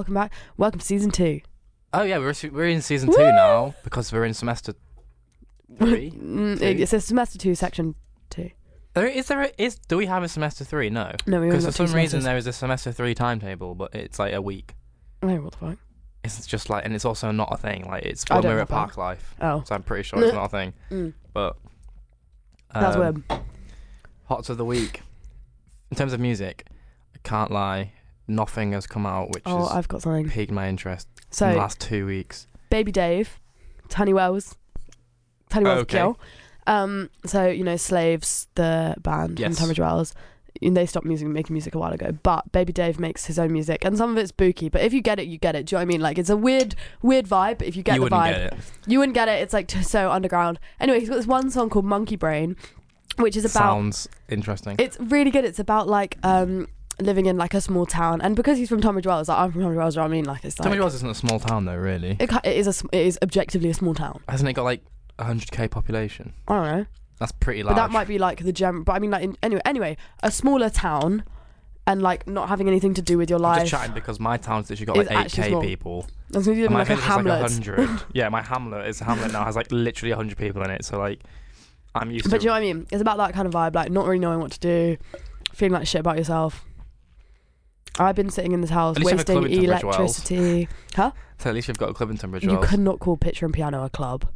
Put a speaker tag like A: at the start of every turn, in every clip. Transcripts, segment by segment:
A: Welcome back. Welcome to season two.
B: Oh yeah, we're we're in season two now because we're in semester three.
A: Mm,
B: Two?
A: it- It's a semester two, section two.
B: There- Is there a, is do we have a semester three? No,
A: No, we only
B: because for
A: got two
B: some reason
A: semesters.
B: there is a semester three timetable, but it's like a week.
A: Oh, what the fuck?
B: It's just like, and it's also not a thing. Like it's
A: I
B: when
A: don't
B: we're
A: know
B: at
A: about
B: Park Life,
A: Oh,
B: so I'm pretty sure it's not a thing.
A: Mm.
B: But
A: that's
B: um,
A: web.
B: Hots of the week. In terms of music, I can't lie. Nothing has come out, which
A: Oh,
B: has
A: I've got something.
B: piqued my interest in
A: So,
B: the last two weeks.
A: Baby Dave, Tiny Wells, Tiny Wells
B: Oh, Okay.
A: Girl. Um, so you know, Slaves, the band
B: Yes.
A: from Tunbridge Wells, and they stopped music making music a while ago. But Baby Dave makes his own music, and some of it's spooky. But if you get it, you get it. Do you know what I mean? Like it's a weird, weird vibe. But if you get
B: you
A: the
B: wouldn't
A: vibe,
B: get it.
A: you wouldn't get it. It's like t- so underground. Anyway, he's got this one song called Monkey Brain, which is about
B: Sounds interesting.
A: it's really good. It's about like um living in like a small town, and because he's from Tunbridge Wells, like I'm from Tunbridge Wells. do you know what I mean, like it's like
B: Tunbridge Wells isn't a small town though, really.
A: it, ki- it is a sm- it is objectively a small town.
B: Hasn't it got like 100k population?
A: I don't know.
B: That's pretty large.
A: But that might be like the gem. But I mean, like in, anyway, anyway, a smaller town, and like not having anything to do with your
B: I'm
A: life.
B: just chatting because my town's literally got
A: It's
B: like
A: actually
B: 8k
A: small.
B: people.
A: That's gonna be
B: And my
A: like a
B: village has like
A: hamlet.
B: 100. yeah, my hamlet is hamlet now has like literally 100 people in it. So like, I'm used
A: but
B: to.
A: you know what I mean? It's about that kind of vibe, like not really knowing what to do, feeling like shit about yourself. I've been sitting in this house
B: At least you have
A: wasting
B: a club in Tunbridge Wells.
A: electricity.
B: so at least you've got a club in Tunbridge
A: You
B: Wells.
A: could not call Picture and Piano a club.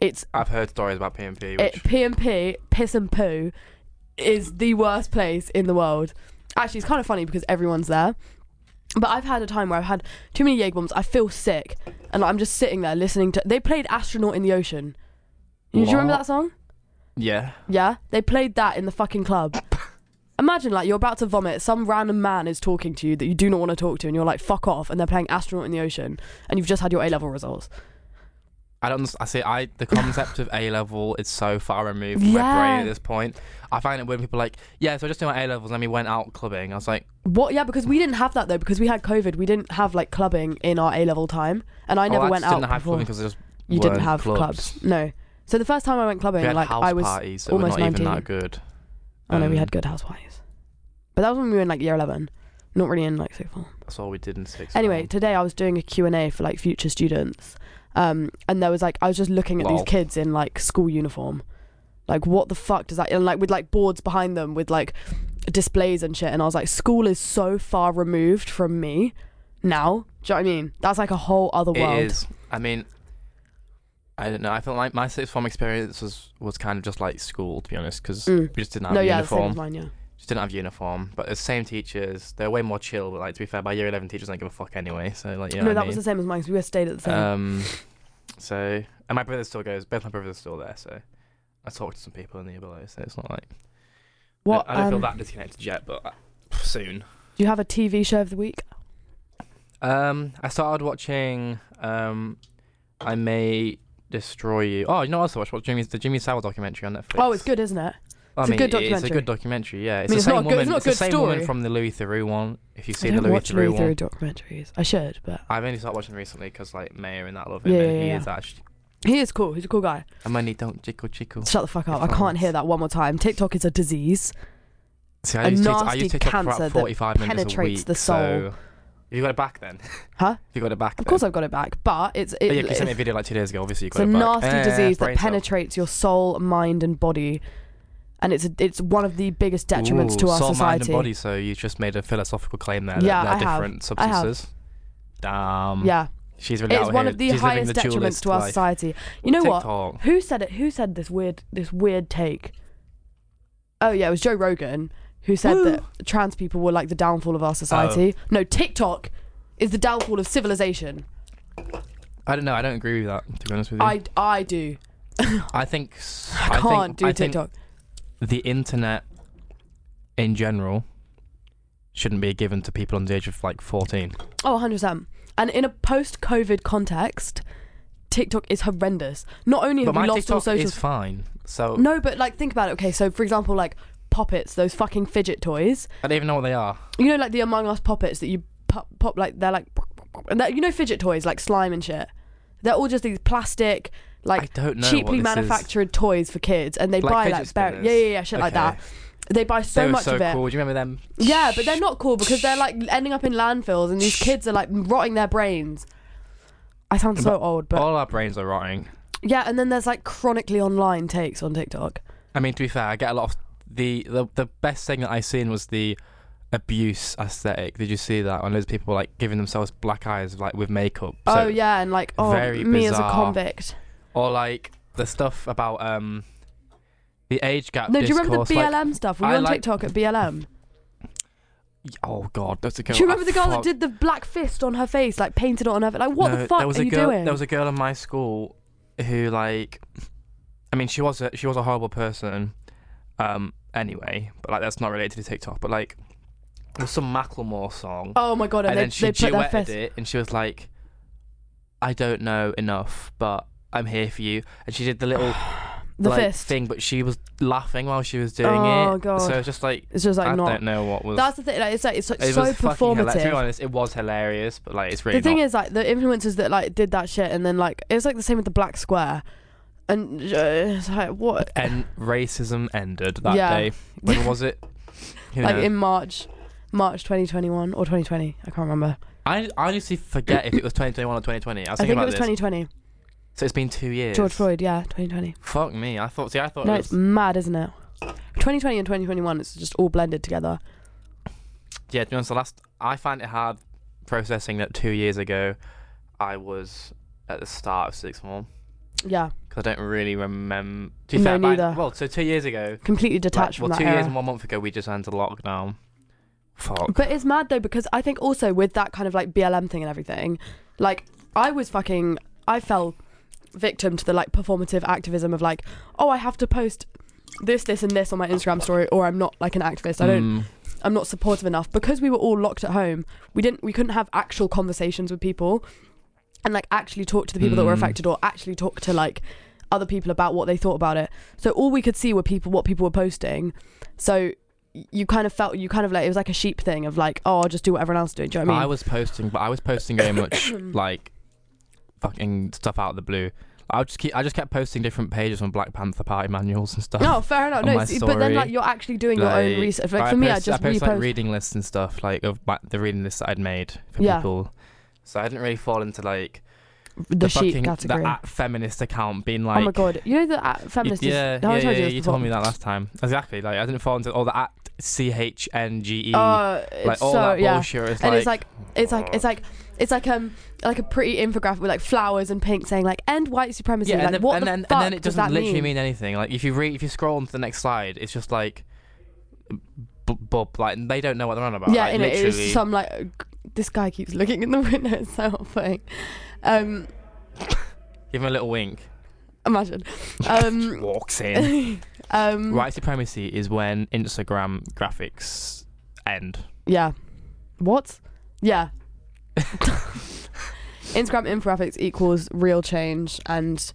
A: It's
B: I've heard stories about PMP. Which
A: it, P, piss and poo, is the worst place in the world. Actually, it's kind of funny because everyone's there. But I've had a time where I've had too many Jaeger bombs. I feel sick, and I'm just sitting there listening to. They played "Astronaut in the Ocean." You, do you remember
B: What?
A: that song?
B: yeah.
A: Yeah, they played that in the fucking club. Imagine like you're about to vomit. Some random man is talking to you that you do not want to talk to, and you're like, "Fuck off!" And they're playing "Astronaut in the Ocean," and you've just had your A level results.
B: I don't. underst- I see. I the concept of A level is so far removed from my brain
A: Yeah.
B: at this point. I find it when people are like, yeah, so I just did my A levels and we went out clubbing. I was like,
A: What? Yeah, because we didn't have that though. Because we had COVID, we didn't have like clubbing in our A level time, and I
B: oh,
A: never
B: I
A: went
B: just
A: out
B: didn't have
A: before.
B: clubbing because just
A: you didn't
B: weren't
A: have clubs.
B: clubs.
A: No. So the first time I went clubbing,
B: we had
A: like
B: house
A: I was,
B: parties that were
A: almost
B: not
A: 19.
B: even that good.
A: I know we
B: Um,
A: had good house parties, but that was when we were in like year eleven, not really in like so far.
B: That's all we did in six.
A: Anyway, today I was doing a Q&A for like future students. Um, and there was like, I was just looking at
B: Lol.
A: these kids in like school uniform. Like, what the fuck does that, and like with like boards behind them with like displays and shit. And I was like, school is so far removed from me now. Do you know what I mean? That's like a whole other world.
B: It is. I mean, I don't know. I feel like my sixth form experience was was kind of just like school, to be honest, because
A: Mm.
B: we just didn't have
A: No,
B: a
A: yeah, the same as
B: uh, uniform.
A: mine, yeah.
B: Just didn't have uniform, but the same teachers. They're way more chill. But like to be fair, by year eleven, teachers don't give a fuck anyway. So like, you know
A: no,
B: what
A: that
B: I
A: was
B: mean?
A: the same as mine because we both stayed at the same.
B: Um, so and my brother still goes. Both my brothers are still there. So I talked to some people in the year below. So it's not like
A: what?
B: I don't feel
A: um,
B: that disconnected yet, but uh, soon.
A: Do you have a TV show of the week?
B: Um, I started watching. Um, I may destroy you. Oh, you know what else I watched? Watched Jimmy, the Jimmy Savile documentary on Netflix.
A: Oh, it's good, isn't it?
B: I
A: it's a
B: mean,
A: good
B: it- It's a
A: documentary.
B: good documentary. Yeah, it's,
A: mean,
B: the
A: it's
B: same
A: not a good-
B: woman.
A: it's not a
B: the
A: good
B: same
A: story.
B: woman from the Louis Theroux one. If you've
A: I
B: seen the
A: don't
B: Louis
A: watch
B: Theroux
A: Louis
B: one,
A: Theroux documentaries. I should, but
B: I've only started watching recently because like Mayer and that love him,
A: Yeah,
B: and
A: yeah,
B: he
A: yeah.
B: is actually.
A: he is cool. He's a cool guy.
B: And money don't jickle jickle.
A: Shut the fuck up.
B: Your
A: I can't
B: phones.
A: hear that one more time. TikTok is a disease.
B: See,
A: a
B: I use TikTok, I
A: nasty
B: use TikTok for
A: cancer that
B: about forty-five minutes
A: penetrates
B: a week.
A: the soul.
B: So, have you got it back then?
A: Huh?
B: Have you got it back.
A: Of course I've got it back, but it's it,
B: Then? But Oh, yeah, 'cause you sent me a
A: it's
B: video like two days ago. Obviously, you got
A: a
B: it back.
A: nasty
B: Eh,
A: disease that
B: brain cells.
A: penetrates your soul, mind, and body, and it's a, it's one of the biggest detriments
B: Ooh,
A: to our
B: soul, mind,
A: society.
B: and body. So you just made a philosophical claim there. That
A: Yeah,
B: they're
A: I have.
B: different
A: I have.
B: substances. Damn.
A: Yeah,
B: She's really
A: it's
B: out
A: one
B: here.
A: of the
B: um, She's living
A: highest
B: the
A: detriments
B: dualist
A: to our
B: life.
A: society. You know what?
B: TikTok.
A: Who said it? Who said this weird this weird take? Oh yeah, it was Joe Rogan who said
B: Woo. Oh.
A: that trans people were like the downfall of our society. No, TikTok is the downfall of civilization.
B: I don't know. I don't agree with that. To be honest with you, I,
A: I I do.
B: think s-
A: I can't
B: think,
A: do
B: I think
A: TikTok.
B: the internet in general shouldn't be given to people under the age of like fourteen.
A: Oh, 100%. And in a post COVID context, TikTok is horrendous. Not only have
B: But my
A: we lost
B: TikTok
A: all social.
B: is fine. So
A: no, but like, think about it. Okay, so for example, like poppets, those fucking fidget toys.
B: I don't even know what they are.
A: You know, like the Among Us poppets that you pop, pop like, they're like. And that you know, fidget toys, like slime and shit. They're all just these plastic, like.
B: I don't know.
A: cheaply
B: what this is.
A: manufactured toys for kids and they
B: Like
A: buy
B: fidget
A: like bar-
B: spinners?
A: yeah yeah yeah shit like
B: Okay.
A: that They buy so
B: they were
A: much
B: so
A: of it.
B: cool. Do you remember them?
A: Yeah, but they're not cool because they're like ending up in landfills and these kids are like rotting their brains. I sound so old, but
B: All our brains are rotting.
A: yeah, and then there's like chronically online takes on TikTok.
B: I mean, to be fair, I get a lot of the the, the best thing that I seen was the abuse aesthetic. Did you see that? When those people like giving themselves black eyes like with makeup.
A: oh yeah, and like oh
B: very
A: me as a
B: bizarre.
A: convict.
B: Or like the stuff about um the age gap.
A: No, do you
B: discourse,
A: remember the
B: like-
A: BLM stuff? Were you
B: I
A: on
B: like-
A: TikTok at BLM?
B: oh god, that's a girl.
A: Do you remember
B: I
A: the girl that
B: fuck-
A: did the black fist on her face, like painted it on her? Like what
B: No,
A: the fuck
B: there was
A: are
B: a
A: you
B: girl,
A: doing?
B: There was a girl in my school who like, I mean, she was a, she was a horrible person. Um, anyway, but like that's not related to TikTok. But like, there's some Macklemore song,
A: oh my god, and,
B: and
A: they,
B: then she
A: they put their
B: duetted
A: fist.
B: it, and she was like, "I don't know enough, but." I'm here for you, and she did the little
A: The
B: like,
A: fist.
B: thing, but she was laughing while she was doing
A: Oh,
B: it.
A: God.
B: So it's just like
A: It's just like
B: I
A: not.
B: don't know what was.
A: That's the thing. Like, it's like it's like,
B: it
A: so
B: was fucking hilarious. To be
A: performative.
B: honest, it was hilarious, but like it's really
A: the thing
B: not.
A: is like the influencers that like did that shit and then like it was like the same with the black square and uh, it's like what
B: and racism ended that
A: Yeah.
B: day. When was it? Who
A: like
B: knows?
A: in march march 2021 or 2020 i can't remember
B: I I honestly forget if it was 2021 or 2020. I was
A: i
B: thinking
A: think it
B: about
A: was
B: this.
A: 2020
B: So it's been two years.
A: george floyd yeah 2020
B: Fuck me. I thought. See, I thought
A: no
B: it
A: it's
B: was.
A: mad isn't it 2020 and 2021 it's just all blended together
B: Yeah, to be honest, the last I find it hard processing that two years ago, I was at the start of sixth form
A: yeah
B: because I don't really remember.
A: No,
B: fair, by-
A: neither.
B: well, so two years ago.
A: completely detached
B: well,
A: from that
B: two
A: era.
B: years and one month ago, we just entered lockdown. Fuck.
A: But it's mad though because I think also with that kind of like BLM thing and everything, like I was fucking I fell victim to the like performative activism of like, oh I have to post this, this and this on my Instagram story or I'm not like an activist. I don't
B: Mm.
A: I'm not supportive enough. Because we were all locked at home, we didn't we couldn't have actual conversations with people and like actually talk to the people that were
B: Mm.
A: affected or actually talk to like other people about what they thought about it. So all we could see were people what people were posting. So y- you kind of felt you kind of like it was like a sheep thing of like, oh I'll just do what everyone else is doing. Do you know what I
B: I
A: mean?
B: was posting, but I was posting very much like fucking stuff out of the blue. I would just keep, I just kept posting different pages on Black Panther Party manuals and stuff.
A: no, fair enough.
B: on
A: No,
B: my
A: see, but then
B: story,
A: like you're actually doing your own research. Like for me, I
B: post-
A: just
B: I post like
A: repost.
B: reading lists and stuff, like of my, the reading lists that I'd made for
A: Yeah.
B: people. So I didn't really fall into like
A: the, sheep
B: fucking
A: category.
B: the at feminist account being like.
A: oh my god, you know the at
B: y-
A: feminist. is-
B: yeah,
A: how
B: yeah,
A: I told
B: yeah,
A: you,
B: yeah,
A: this
B: you
A: before.
B: told me that last time. Exactly, like I didn't fall into all the at c h n g e,
A: Uh, it's
B: like all
A: so
B: that
A: yeah.
B: bullshit. It's
A: and
B: like,
A: it's like it's like
B: Oh.
A: it's like it's like um like a pretty infographic with like flowers and pink saying like end white supremacy
B: yeah,
A: like
B: and then,
A: what
B: and,
A: the
B: then,
A: fuck
B: and then it
A: does
B: doesn't
A: that
B: literally
A: mean?
B: mean? anything. Like if you read, if you scroll on to the next slide, it's just like, b- bub, like they don't know what they're on about.
A: yeah
B: like,
A: and it- it
B: literally.
A: was some like uh, this guy keeps looking in the window it's so funny um
B: Give him a little wink.
A: imagine um
B: Walks in.
A: um
B: White supremacy is when Instagram graphics end.
A: yeah what yeah Instagram infographics equals real change and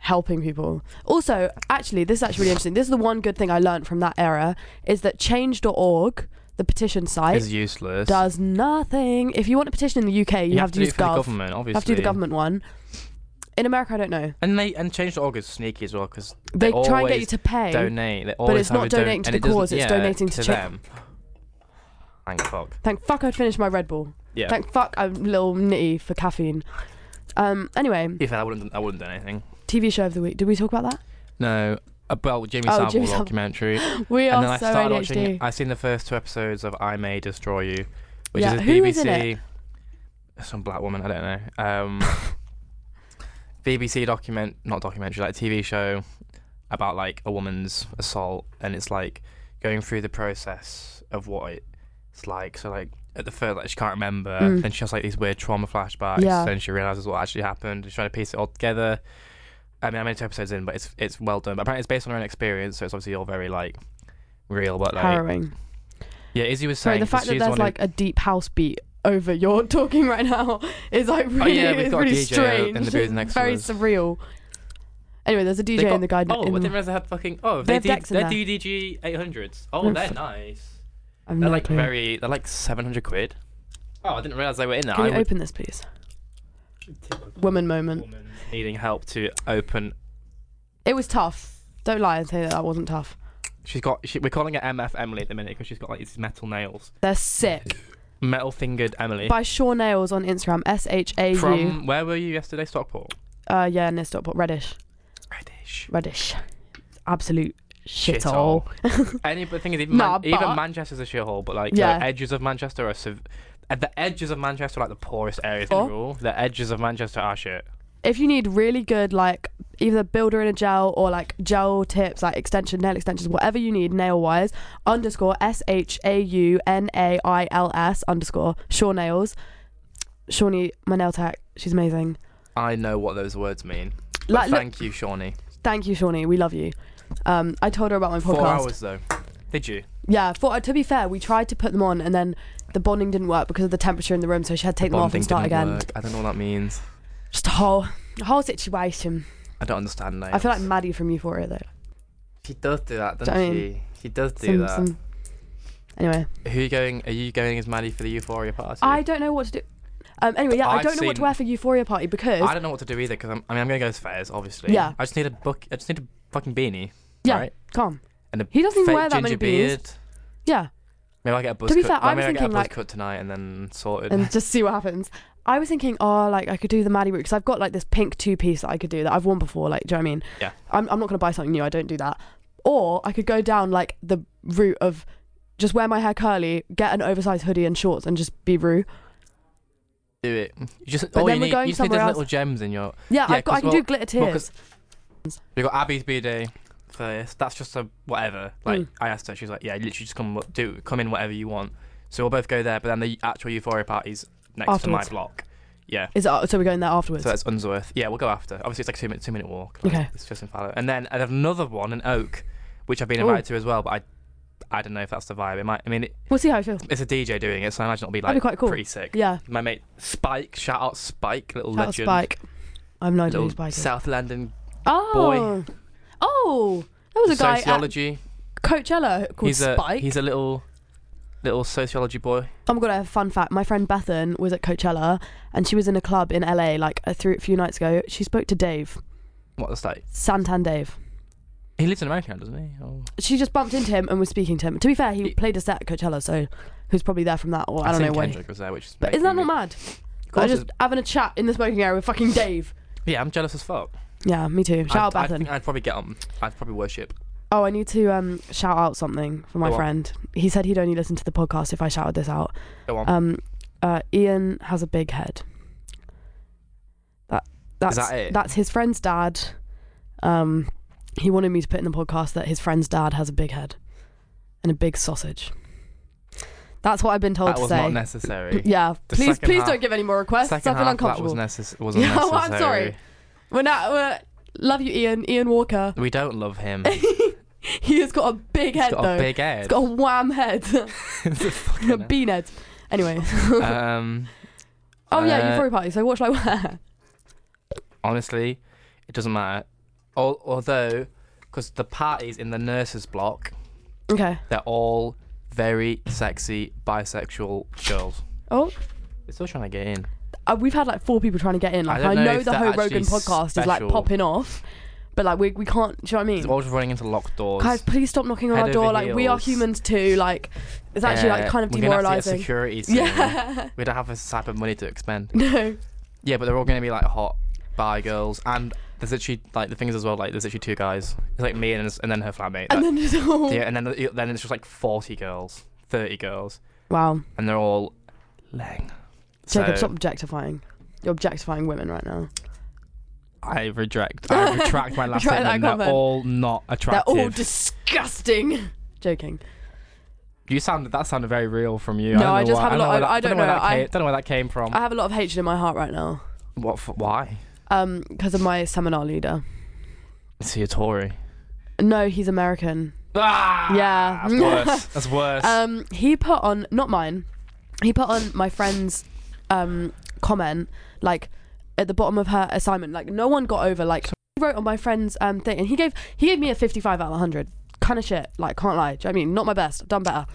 A: helping people. Also, actually, this is actually really interesting. This is the one good thing I learned from that era is that change.org, the petition site,
B: is useless.
A: does nothing. If you want a petition in the UK, you, have, to,
B: do
A: use
B: it for the
A: Gov. You
B: government, obviously.
A: have to do the government one. In America, I don't know.
B: And they and change.org is sneaky as well because
A: They,
B: They
A: try and get
B: always
A: you to pay.
B: donate. They always
A: it's
B: have
A: not
B: a don-
A: donating to
B: and
A: the
B: it doesn't-
A: cause, it's
B: yeah,
A: donating to cha-
B: them. Thank fuck.
A: Thank fuck I'd finished my Red Bull.
B: Yeah.
A: Thank fuck I'm a little nitty for caffeine. Um. Anyway,
B: If I wouldn't, I wouldn't do anything.
A: TV show of the week. Did we talk about that?
B: No, about Jimmy
A: Oh,
B: Savile
A: Jimmy Savile.
B: documentary.
A: We
B: and
A: are
B: then I
A: so
B: started
A: ADHD.
B: watching. I seen the first two episodes of I May Destroy You, which
A: Yeah,
B: is a
A: who
B: BBC.
A: is in it?
B: Some black woman, I don't know. Um, BBC document, not documentary, like TV show about like a woman's assault, and it's like going through the process of what it's like. So like at the first, like she can't remember,
A: Mm.
B: then she has like these weird trauma flashbacks,
A: Yeah.
B: then she realizes what actually happened, and she's trying to piece it all together. I mean, I'm only two episodes in, but it's it's well done. But apparently, it's based on her own experience, so it's obviously all very like real. But like,
A: Harrowing.
B: yeah, Izzy was saying
A: Sorry, the
B: 'cause
A: fact that
B: she's
A: there's
B: one who-
A: like a deep house beat over your talking right now is like
B: Oh,
A: really,
B: yeah, we've
A: it's
B: got a
A: really
B: DJ
A: strange.
B: in the booth next to
A: Very
B: us.
A: surreal. Anyway, there's a DJ
B: They got-
A: in the guide.
B: Oh, I
A: in-
B: didn't realize they had fucking. Oh,
A: They
B: they
A: have
B: did,
A: decks in
B: they're
A: there.
B: DDG 800s. Oh,
A: No,
B: they're
A: f-
B: nice.
A: I've
B: They're
A: no
B: like
A: clue.
B: very. They're like 700 quid. Oh, I didn't realize they were in there.
A: Can
B: I
A: you
B: would-
A: open this, please? Woman moment.
B: woman needing help to open.
A: It was tough. Don't lie and say that that wasn't tough.
B: She's got. She, we're calling her MF Emily at the minute because she's got like these metal nails,
A: They're sick.
B: metal fingered Emily.
A: By Shaw Nails on Instagram. S H A U.
B: From where were you yesterday, Stockport?
A: Uh, yeah, near Stockport. Reddish.
B: Reddish.
A: Reddish. Absolute shithole.
B: Any but the thing is, even,
A: Nah,
B: Man- even
A: but-
B: Manchester's a shithole, but like
A: Yeah.
B: the edges of Manchester are. Sev- at the edges of Manchester, are, like the poorest areas in
A: Oh.
B: the rule, the edges of Manchester are shit.
A: if you need really good like either builder in a gel or like gel tips like extension nail extensions whatever you need nail wise underscore s-h-a-u-n-a-i-l-s underscore shaw nails shawnee my nail tech she's amazing
B: I know what those words mean. But
A: Like, look-
B: thank you, Shawnee.
A: thank you shawnee we love you um i told her about my podcast
B: Four hours though. Did you?
A: yeah for, to be fair we tried to put them on and then the bonding didn't work because of the temperature in the room so she had to take them off and
B: Bonding
A: start
B: didn't
A: again
B: work. I don't know what that means.
A: just a whole a whole situation
B: I don't understand nails.
A: i feel like maddie from euphoria though
B: she does do that,
A: doesn't I mean,
B: she? She does
A: Some- some- anyway
B: Who are you going? Are you going as Maddie for the Euphoria party?
A: I don't know what to do. Um, anyway, yeah, I've I
B: I've
A: do not know what to
B: seen-
A: wear for Euphoria Party because
B: I don't know what to do either because I'm, I mean I'm gonna go as Fez, obviously.
A: Yeah.
B: I just need a book. I just need a fucking beanie.
A: yeah,
B: Right?
A: calm.
B: And a
A: He doesn't even
B: fake
A: wear that many
B: ginger
A: beanies.
B: beard.
A: Yeah,
B: Maybe I get a buzz
A: To be
B: cut.
A: fair,
B: well,
A: I was
B: maybe I get a
A: thinking,
B: buzz
A: like-
B: cut tonight and then sorted.
A: and just see what happens. I was thinking, oh, like I could do the Maddie route because I've got like this pink two piece that I could do that I've worn before. Like, do you know what I mean?
B: Yeah.
A: I'm, I'm not gonna buy something new. I don't do that. Or I could go down like the route of just wear my hair curly, get an oversized hoodie and shorts, and just be Rue.
B: do it. You just
A: But
B: all
A: then
B: you
A: we're
B: need,
A: going
B: you just need
A: somewhere
B: those
A: else.
B: little gems in your.
A: Yeah,
B: Yeah,
A: I've got, I can
B: 'cause
A: do glitter
B: well,
A: tears.
B: We got Abby's BD first. That's just a whatever. Like
A: Mm.
B: I asked her, she was like, "Yeah, literally just come wh- do come in whatever you want." So we'll both go there, but then the actual Euphoria party's next
A: Afterwards.
B: to my block. Yeah.
A: Is it, so we're going there afterwards.
B: So that's Unsworth. Yeah, we'll go after. Obviously, it's like a two minute, two minute walk. Like,
A: Okay.
B: It's just in Fallow. And then I have another one in Oak, which I've been
A: Ooh.
B: invited to as well, but I I don't know if that's the vibe. It might. I mean, it,
A: we'll see how I feel.
B: it's a DJ doing it, so I imagine it'll be like
A: That'd be quite cool.
B: pretty sick.
A: Yeah,
B: My mate Spike, shout out Spike, little
A: Shout out
B: legend,
A: Spike. I'm not
B: little
A: doing Spike. is.
B: South London
A: Oh. Oh. That was a guy at
B: sociology.
A: Coachella called
B: he's a
A: Spike.
B: he's a little little sociology boy.
A: oh my god, I have a fun fact. My friend Bethan was at Coachella and she was in a club in LA like a, thr- few nights ago. She spoke to Dave,
B: What the state?
A: Santan Dave.
B: He lives in America, now, doesn't he? Oh.
A: She just bumped into him and was speaking to him. To be fair, he
B: He-
A: played a set at Coachella, so who's probably there from that or I, don't
B: think
A: know when.
B: Kendrick was there, which is
A: But isn't that
B: making
A: not
B: me-
A: mad?
B: Of
A: I
B: course
A: just having a chat in the smoking area with fucking Dave.
B: it's- yeah, I'm jealous as fuck.
A: Yeah, me too. Shout
B: I'd,
A: out
B: I
A: Bethan.
B: think I'd probably get on. I'd probably worship.
A: Oh, I need to um, shout out something for my
B: Go on.
A: friend. He said he'd only listen to the podcast if I shouted this out.
B: Go on.
A: Um, uh, Ian has a big head. That that's
B: that it?
A: that's his friend's dad. Um, he wanted me to put in the podcast that his friend's dad has a big head and a big sausage. That's what I've been told
B: that
A: to
B: was
A: say.
B: not necessary.
A: yeah,
B: The
A: please,
B: second
A: please
B: half-
A: don't give any more requests. I
B: Second
A: feel
B: half, that
A: uncomfortable.
B: was, necess- was
A: Yeah,
B: unnecessary.
A: well, I'm sorry. we're not. We're, love you, Ian. Ian Walker.
B: We don't love him.
A: He has got a big
B: He's
A: head
B: got
A: though.
B: a big head.
A: He's got a wham head,
B: It's a
A: a
B: fucking-
A: bean head. Anyway.
B: um,
A: oh yeah,
B: uh,
A: euphoria party. So what should I wear?
B: honestly, it doesn't matter. Al- although, because the parties in the nurses' block,
A: Okay.
B: they're all very sexy bisexual girls.
A: Oh.
B: They're still trying to get in.
A: uh, we've had like four people trying to get in.
B: I
A: Like I,
B: don't know
A: know
B: if
A: the
B: they're
A: Ho
B: actually
A: Rogan podcast is like
B: special.
A: popping off, but like we we can't. Do you know what I mean?
B: They're always running into locked doors.
A: Guys, please stop knocking on
B: Head
A: our door.
B: over
A: Like we are
B: heels.
A: humans too. Like it's actually
B: Yeah,
A: like kind of
B: we're gonna have to
A: demoralizing.
B: get security soon.
A: Yeah.
B: We don't have this type of money to expend.
A: no.
B: Yeah, but they're all going to be like hot bi girls, and there's actually like the things as well. Like there's actually two guys. It's like me and and then her flatmate.
A: And then it's all.
B: yeah, and then the- then it's just like forty girls, thirty girls,
A: Wow.
B: and they're all leng.
A: Jacob,
B: so
A: stop objectifying. You're objectifying women right now.
B: I reject. I retract my last
A: Retract that
B: statement. They're
A: comment.
B: all not attractive.
A: They're all disgusting. Joking.
B: you sounded that sounded very real from you.
A: No,
B: don't
A: I
B: know
A: just
B: why-
A: have a lot
B: where
A: of-
B: that-
A: I don't
B: where
A: know,
B: that
A: I-
B: came- don't know where that came from.
A: I have a lot of hatred in my heart right now.
B: what? For, why?
A: Um, because of my seminar leader.
B: Is he a Tory?
A: No, he's American.
B: Ah,
A: Yeah.
B: That's worse. That's worse.
A: Um, he put on not mine. He put on my friend's um comment like at the bottom of her assignment. Like no one got over. Like he wrote on my friend's um thing, and he gave he gave me a fifty-five out of hundred. Kind of shit. Like can't lie. Do you know what I mean? Not my best. I've done better.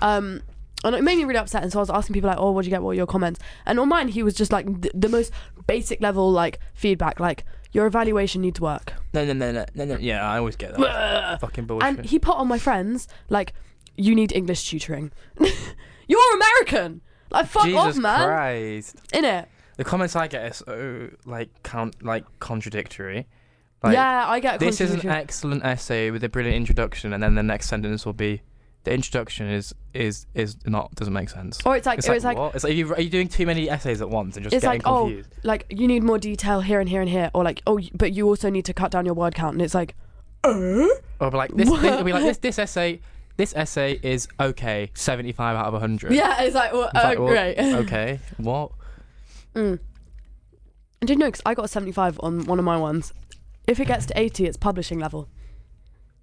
A: Um. And it made me really upset, and so I was asking people like, "Oh, what'd you get? What were your comments?" And on mine, he was just like th- the most basic level like feedback, like Your evaluation needs work.
B: No, no, no, no, no, no. Yeah, I always get that.
A: Blah.
B: Fucking bullshit.
A: and he put on my friends like, you need English tutoring. You're American. Like fuck
B: Jesus
A: off, man.
B: Christ.
A: In it.
B: The comments I get are so like count like contradictory. Like,
A: yeah, I get.
B: This is an
A: contradictory-
B: excellent essay with a brilliant introduction, and then the next sentence will be, "The introduction is is is not doesn't make sense."
A: Or it's like
B: It's
A: or
B: like,
A: it's like
B: what? It's like you, are you doing too many essays at once and just
A: It's
B: getting
A: like, oh,
B: confused?
A: like you need more detail here and here and here, or like oh, y- but you also need to cut down your word count, and it's like, uh?
B: Or be like this,
A: What?
B: this, be like this, this essay, this essay is okay, seventy-five out of hundred.
A: yeah, it's like, well, uh, great.
B: okay, what?
A: Mm. And did you know? 'cause I got a seventy-five on one of my ones. If it gets to eighty, it's publishing level.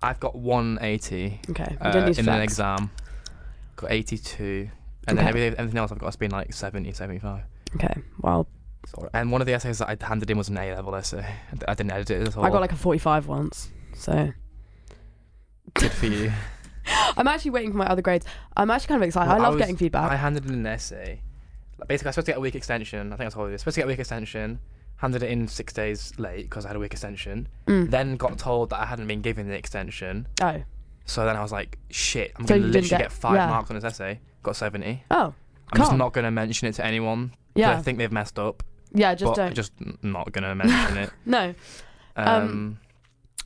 B: I've got one eighty
A: Okay, we
B: uh,
A: don't need to
B: in an
A: flex.
B: exam. Got eighty-two, and then
A: Okay.
B: everything, everything else I've got has been like 70, 75.
A: Okay, well,
B: So- And one of the essays that I handed in was an A-level essay. I d- I didn't edit it at all.
A: I got like a forty-five once, so
B: good for you.
A: I'm actually waiting for my other grades. I'm actually kind of excited. I
B: Well, I
A: love
B: was-
A: getting feedback.
B: I handed in an essay. Like, basically, I was supposed to get a week extension. I think I told you this. Supposed to get a week extension. Handed it in six days late because I had a week extension.
A: Mm.
B: Then got told that I hadn't been given the extension.
A: Oh,
B: So then I was like, shit, I'm
A: So
B: gonna
A: you didn't
B: literally
A: get-
B: get five
A: yeah.
B: marks on this essay. Got seventy.
A: oh,
B: I'm just
A: Calm.
B: not gonna mention it to anyone. 'cause I
A: yeah,
B: think they've messed up.
A: yeah. Just
B: but
A: don't.
B: just n- not gonna mention it.
A: no.
B: Um,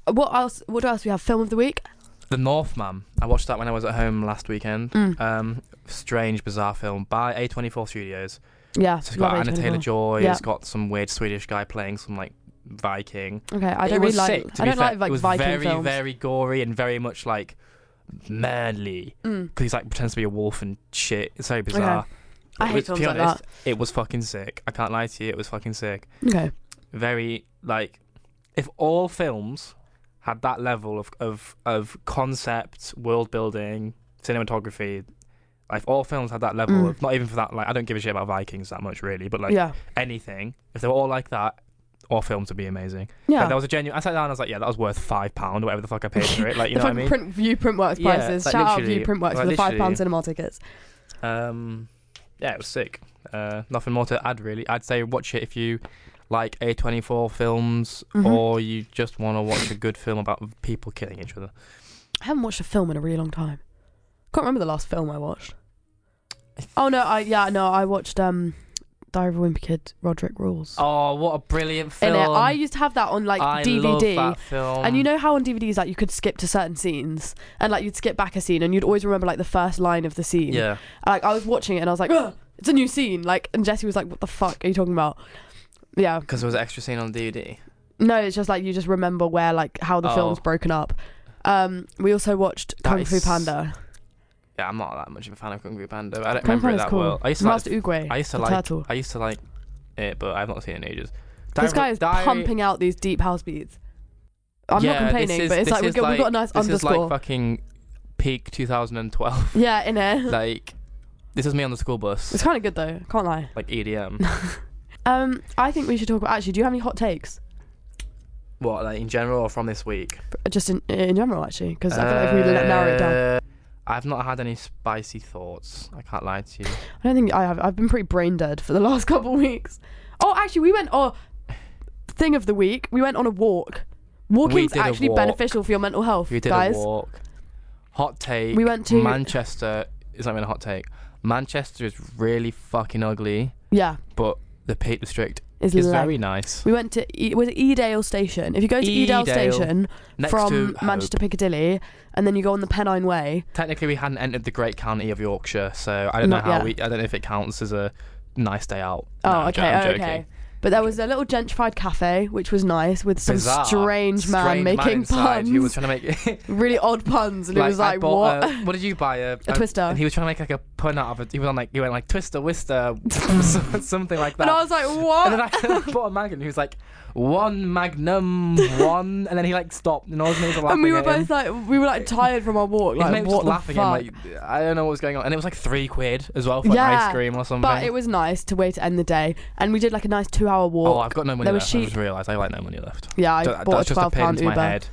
A: Um, What else? What else? We have film of the week.
B: The Northman. I watched that when I was at home last weekend.
A: Mm.
B: Um, strange, bizarre film by A24 Studios.
A: Yeah,
B: So it's got
A: love
B: Anna
A: A24.
B: Taylor Joy.
A: Yeah.
B: It's got some weird Swedish guy playing some like Viking.
A: Okay, I
B: It
A: don't really
B: was
A: like.
B: sick, to
A: I
B: be
A: don't
B: fair.
A: like like
B: it was
A: Viking
B: very,
A: films.
B: very gory and very much like manly
A: Mm.
B: because he's like pretends to be a wolf and shit. It's so bizarre.
A: I
B: It
A: hate
B: was- to
A: films
B: be
A: like
B: honest, It was fucking sick. I can't lie to you. It was fucking sick.
A: that. Okay.
B: Very like if all films had that level of of of concept, world building, cinematography. Like if all films had that level
A: Mm.
B: of not even for that like I don't give a shit about Vikings that much really, but like
A: yeah.
B: anything, if they were all like that, all films would be amazing.
A: Yeah.
B: Like, that was a genuine. I sat down and I was like, yeah, that was worth five pound or whatever the fuck I paid for it. Like, you
A: the
B: know what I
A: fucking print
B: mean?
A: view printworks
B: Yeah,
A: prices.
B: like,
A: Shout out
B: literally,
A: view printworks
B: like,
A: for the five
B: literally.
A: pound cinema tickets.
B: Um, yeah, it was sick. Uh, nothing more to add really. I'd say watch it if you like A24 films
A: Mhm.
B: or you just want to watch a good film about people killing each other.
A: I haven't watched a film in a really long time. Can't remember the last film I watched. Oh no, I yeah no, I watched um, Diary of a Wimpy Kid. Roderick Rules.
B: Oh, what a brilliant film!
A: In it, I used to have that on like
B: I
A: DVD.
B: love that film.
A: And you know how on DVDs like you could skip to certain scenes and like you'd skip back a scene and you'd always remember like the first line of the scene.
B: yeah,
A: Like I was watching it and I was like, "Ugh, it's a new scene. Like and Jesse was like, What the fuck are you talking about? Yeah.
B: because there was an extra scene on DVD.
A: No, it's just like you just remember where like how the
B: Oh.
A: film's broken up. Um we also watched
B: That
A: Kung Fu
B: is-
A: Panda.
B: Yeah, I'm not that much of a fan of Kung Fu Panda. But I don't
A: Kung
B: remember it
A: Panda's
B: that
A: cool.
B: well. I used to like
A: Master Oogway.
B: I used to
A: the
B: like.
A: turtle.
B: I used to like it, but I've not seen it in ages.
A: This
B: Diary-
A: guy is
B: Diary-
A: pumping out these deep house beats. I'm not
B: Yeah, this
A: complaining,
B: is-
A: but it's
B: this
A: like we've
B: is
A: got, we've got a nice
B: This
A: underscore.
B: is like fucking peak 2012.
A: yeah, in it.
B: like, this is me on the school
A: it's
B: bus.
A: kind of good though. Can't lie.
B: Like E EDM.
A: Um, I think we should talk about. Actually, do you have any hot takes?
B: what, like in general or from this week?
A: Just in in general, actually, because I feel like if we let- narrow it down,
B: Uh, I've not had any spicy thoughts. I can't lie to you.
A: I don't think I have. I've been pretty brain dead for the last couple of weeks. Oh, actually, we went. Oh, thing of the week, we went on a walk. Walking's
B: did a
A: actually
B: walk.
A: beneficial for your mental health,
B: We did
A: guys.
B: a walk. Hot take.
A: We went to-
B: Manchester. It's not even a hot take. Manchester is really fucking ugly,
A: Yeah,
B: but the Peak District
A: is
B: is
A: lag.
B: very nice.
A: We went to e- was it Edale Station. If you go to Edale,
B: Edale.
A: Station
B: Next to
A: from
B: Hope.
A: Manchester Piccadilly, and then you go on the Pennine Way,
B: Technically, we hadn't entered the great county of Yorkshire, so I don't
A: Not
B: know how
A: yet.
B: we. I don't know if it counts as a nice day out.
A: Oh,
B: No, I'm jo-
A: okay,
B: I'm
A: oh,
B: joking.
A: okay. But there was a little gentrified cafe, which was nice, with some
B: Bizarre,
A: strange man making
B: inside
A: puns,
B: Who was trying to make like,
A: really odd puns, and it was
B: I
A: like,
B: bought
A: what?
B: A, what did you buy? A,
A: A Twister.
B: And he was trying to make like a pun out of it. He was on like he went like Twister, Wister, some- something like that.
A: and I was like,
B: And then
A: what?
B: I bought a magnum. He was like one Magnum, one, and then he like stopped, and all his mates were laughing.
A: And we were
B: at him.
A: both like, we were like tired from our walk,
B: His
A: like
B: mate was
A: what
B: just
A: the
B: laughing
A: fuck?
B: at him, like I don't know what was going on, and it was like three quid as well for like,
A: Yeah,
B: ice cream or something.
A: but it was nice to way to end the day, and we did like a nice two-hour walk.
B: Oh, I've got no money
A: There was
B: left. I
A: sheep.
B: just realised I like no money left.
A: yeah, I
B: Th- that-
A: bought
B: that's
A: a
B: just a
A: twelve
B: pin
A: pound
B: into my
A: Uber.
B: head.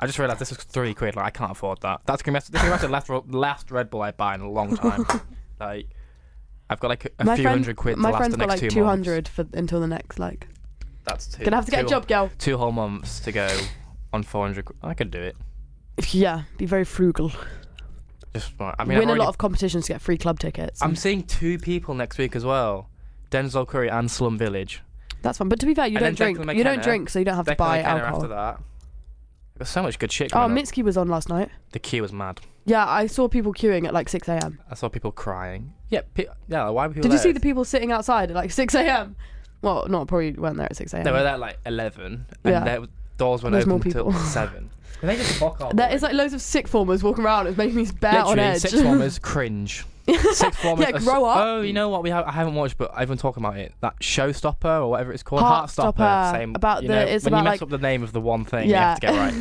B: I just realised this was three quid. Like I can't afford that. That's gonna be that's gonna be the last, last Red Bull I buy in a long time. like I've got like a, a
A: my
B: few
A: friend,
B: hundred quid to
A: my
B: last
A: friend's
B: the next
A: got like
B: two
A: two
B: months.
A: hundred for until the next like.
B: That's two.
A: Gonna have to get
B: two,
A: a job, girl.
B: Two whole months to go on 400. qu- I could do it.
A: Yeah, be very frugal.
B: Just I mean, I've
A: Win a
B: already-
A: lot of competitions to get free club tickets.
B: I'm seeing two people next week as well. Denzel Curry and Slum Village.
A: That's fun. But to be fair, you
B: And then
A: don't drink.
B: Declan
A: You don't
B: McKenna.
A: drink, so you don't have to
B: Declan
A: buy
B: McKenna
A: alcohol.
B: after that. There's so much good shit.
A: Oh,
B: Coming up.
A: Mitski was on last night.
B: The queue was mad.
A: Yeah, I saw people queuing at like 6 a.m.
B: I saw people crying. Yeah, pe- yeah. Why were people?
A: Did you
B: there?
A: see the people sitting outside at like 6 a.m.? Well, not probably weren't there at 6 a.m.
B: They were there at like eleven, and
A: Yeah.
B: their doors were
A: There's more
B: open till
A: people.
B: seven. And they just fuck off.
A: There is like loads of sick formers walking around. It's making me bare
B: Literally,
A: on edge.
B: sixth formers cringe. Sixth formers.
A: Yeah,
B: are s-
A: grow up.
B: Oh, you know what? We have, I haven't watched, but I've been talking about it. That showstopper or whatever it's called,
A: Heartstopper.
B: Heartstopper. Same
A: About
B: you
A: the-
B: know,
A: it's
B: when
A: about,
B: you mess
A: like-
B: up the name of the one thing,
A: Yeah.
B: you have to get right.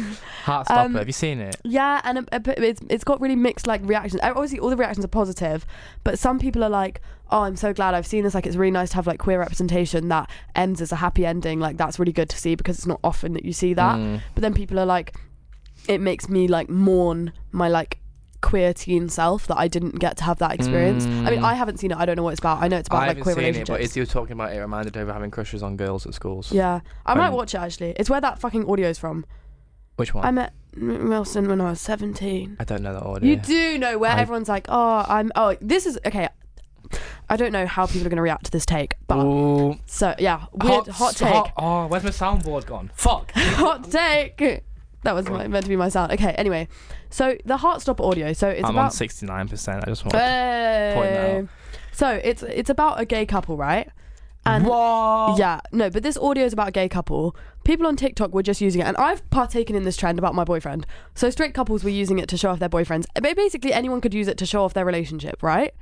B: Heartstopper.
A: Um,
B: have you seen it?
A: Yeah, and a, a bit- it's, it's got really mixed like reactions. Uh, Obviously, all the reactions are positive, but some people are like, "Oh, I'm so glad I've seen this. Like, it's really nice to have like queer representation that ends as a happy ending. Like, that's really good to see because it's not often that you see that."
B: Mm.
A: But then people are like, "It makes me like mourn my like." queer teen self that I didn't get to have that experience. I mean
B: Mm.
A: I haven't seen it, I don't know what it's about. I know it's about
B: I
A: like
B: haven't
A: queer
B: seen it,
A: relationships.
B: but as you were talking about it, it reminded me of having crushes on girls at schools.
A: yeah. I might
B: Um,
A: watch it actually. It's where that fucking audio's from.
B: Which one?
A: I met M- Wilson when I was 17.
B: I don't know that audio.
A: You do know where
B: I-
A: everyone's like, oh, I'm, oh, this is okay. I don't know how people are going to react to this take, but
B: Ooh,
A: so yeah, weird hot, take,
B: Hot,
A: hot,
B: oh, where's my soundboard gone? Fuck.
A: take. That was my, meant to be my sound. Okay, anyway, so the Heartstopper audio. So it's
B: I'm on
A: about.
B: sixty nine percent. I just want.
A: Hey.
B: out.
A: So it's it's about a gay couple, right? And
B: Whoa.
A: yeah, no, but this audio is about a gay couple. People on TikTok were just using it, and I've partaken in this trend about my boyfriend. So straight couples were using it to show off their boyfriends. Ba- Basically, anyone could use it to show off their relationship, right?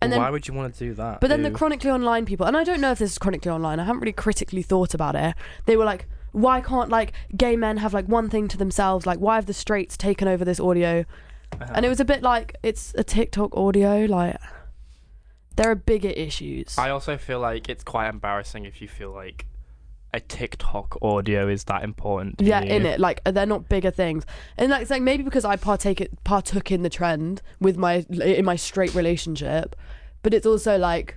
A: And then
B: Why would you want to do that?
A: But then the
B: dude?
A: chronically online people, and I don't know if this is chronically online. I haven't really critically thought about it. They were like, "Why can't like gay men have like one thing to themselves? Like, why have the straights taken over this audio?"
B: Uh-huh.
A: And it was a bit like it's a TikTok audio. Like, there are bigger issues.
B: I also feel like it's quite embarrassing if you feel like a TikTok audio is that important. To
A: yeah,
B: you.
A: in it, like they're not bigger things, and like it's like maybe because I partake it, partook in the trend with my in my straight relationship, but it's also like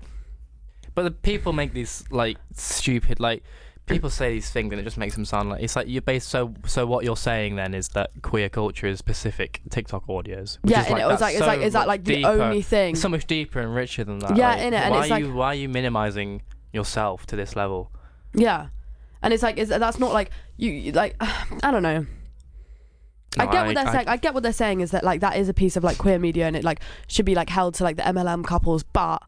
B: But the people make these like stupid like people say these things and it just makes them sound like it's like you're based so so what you're saying then is that queer culture is specific TikTok audios. which
A: yeah,
B: is
A: and it was
B: that's
A: like it's
B: so
A: like is that
B: much
A: like the
B: deeper-
A: only thing?
B: It's so much deeper and richer than that.
A: Yeah,
B: like,
A: innit, and
B: why
A: it's
B: are
A: like-
B: you why are you minimizing yourself to this level?
A: Yeah, and it's like is that's not like you you- like I don't know. I
B: No,
A: get what they're
B: I-
A: saying. I get what they're saying is that like that is a piece of like queer media and it like should be like held to like the MLM couples, but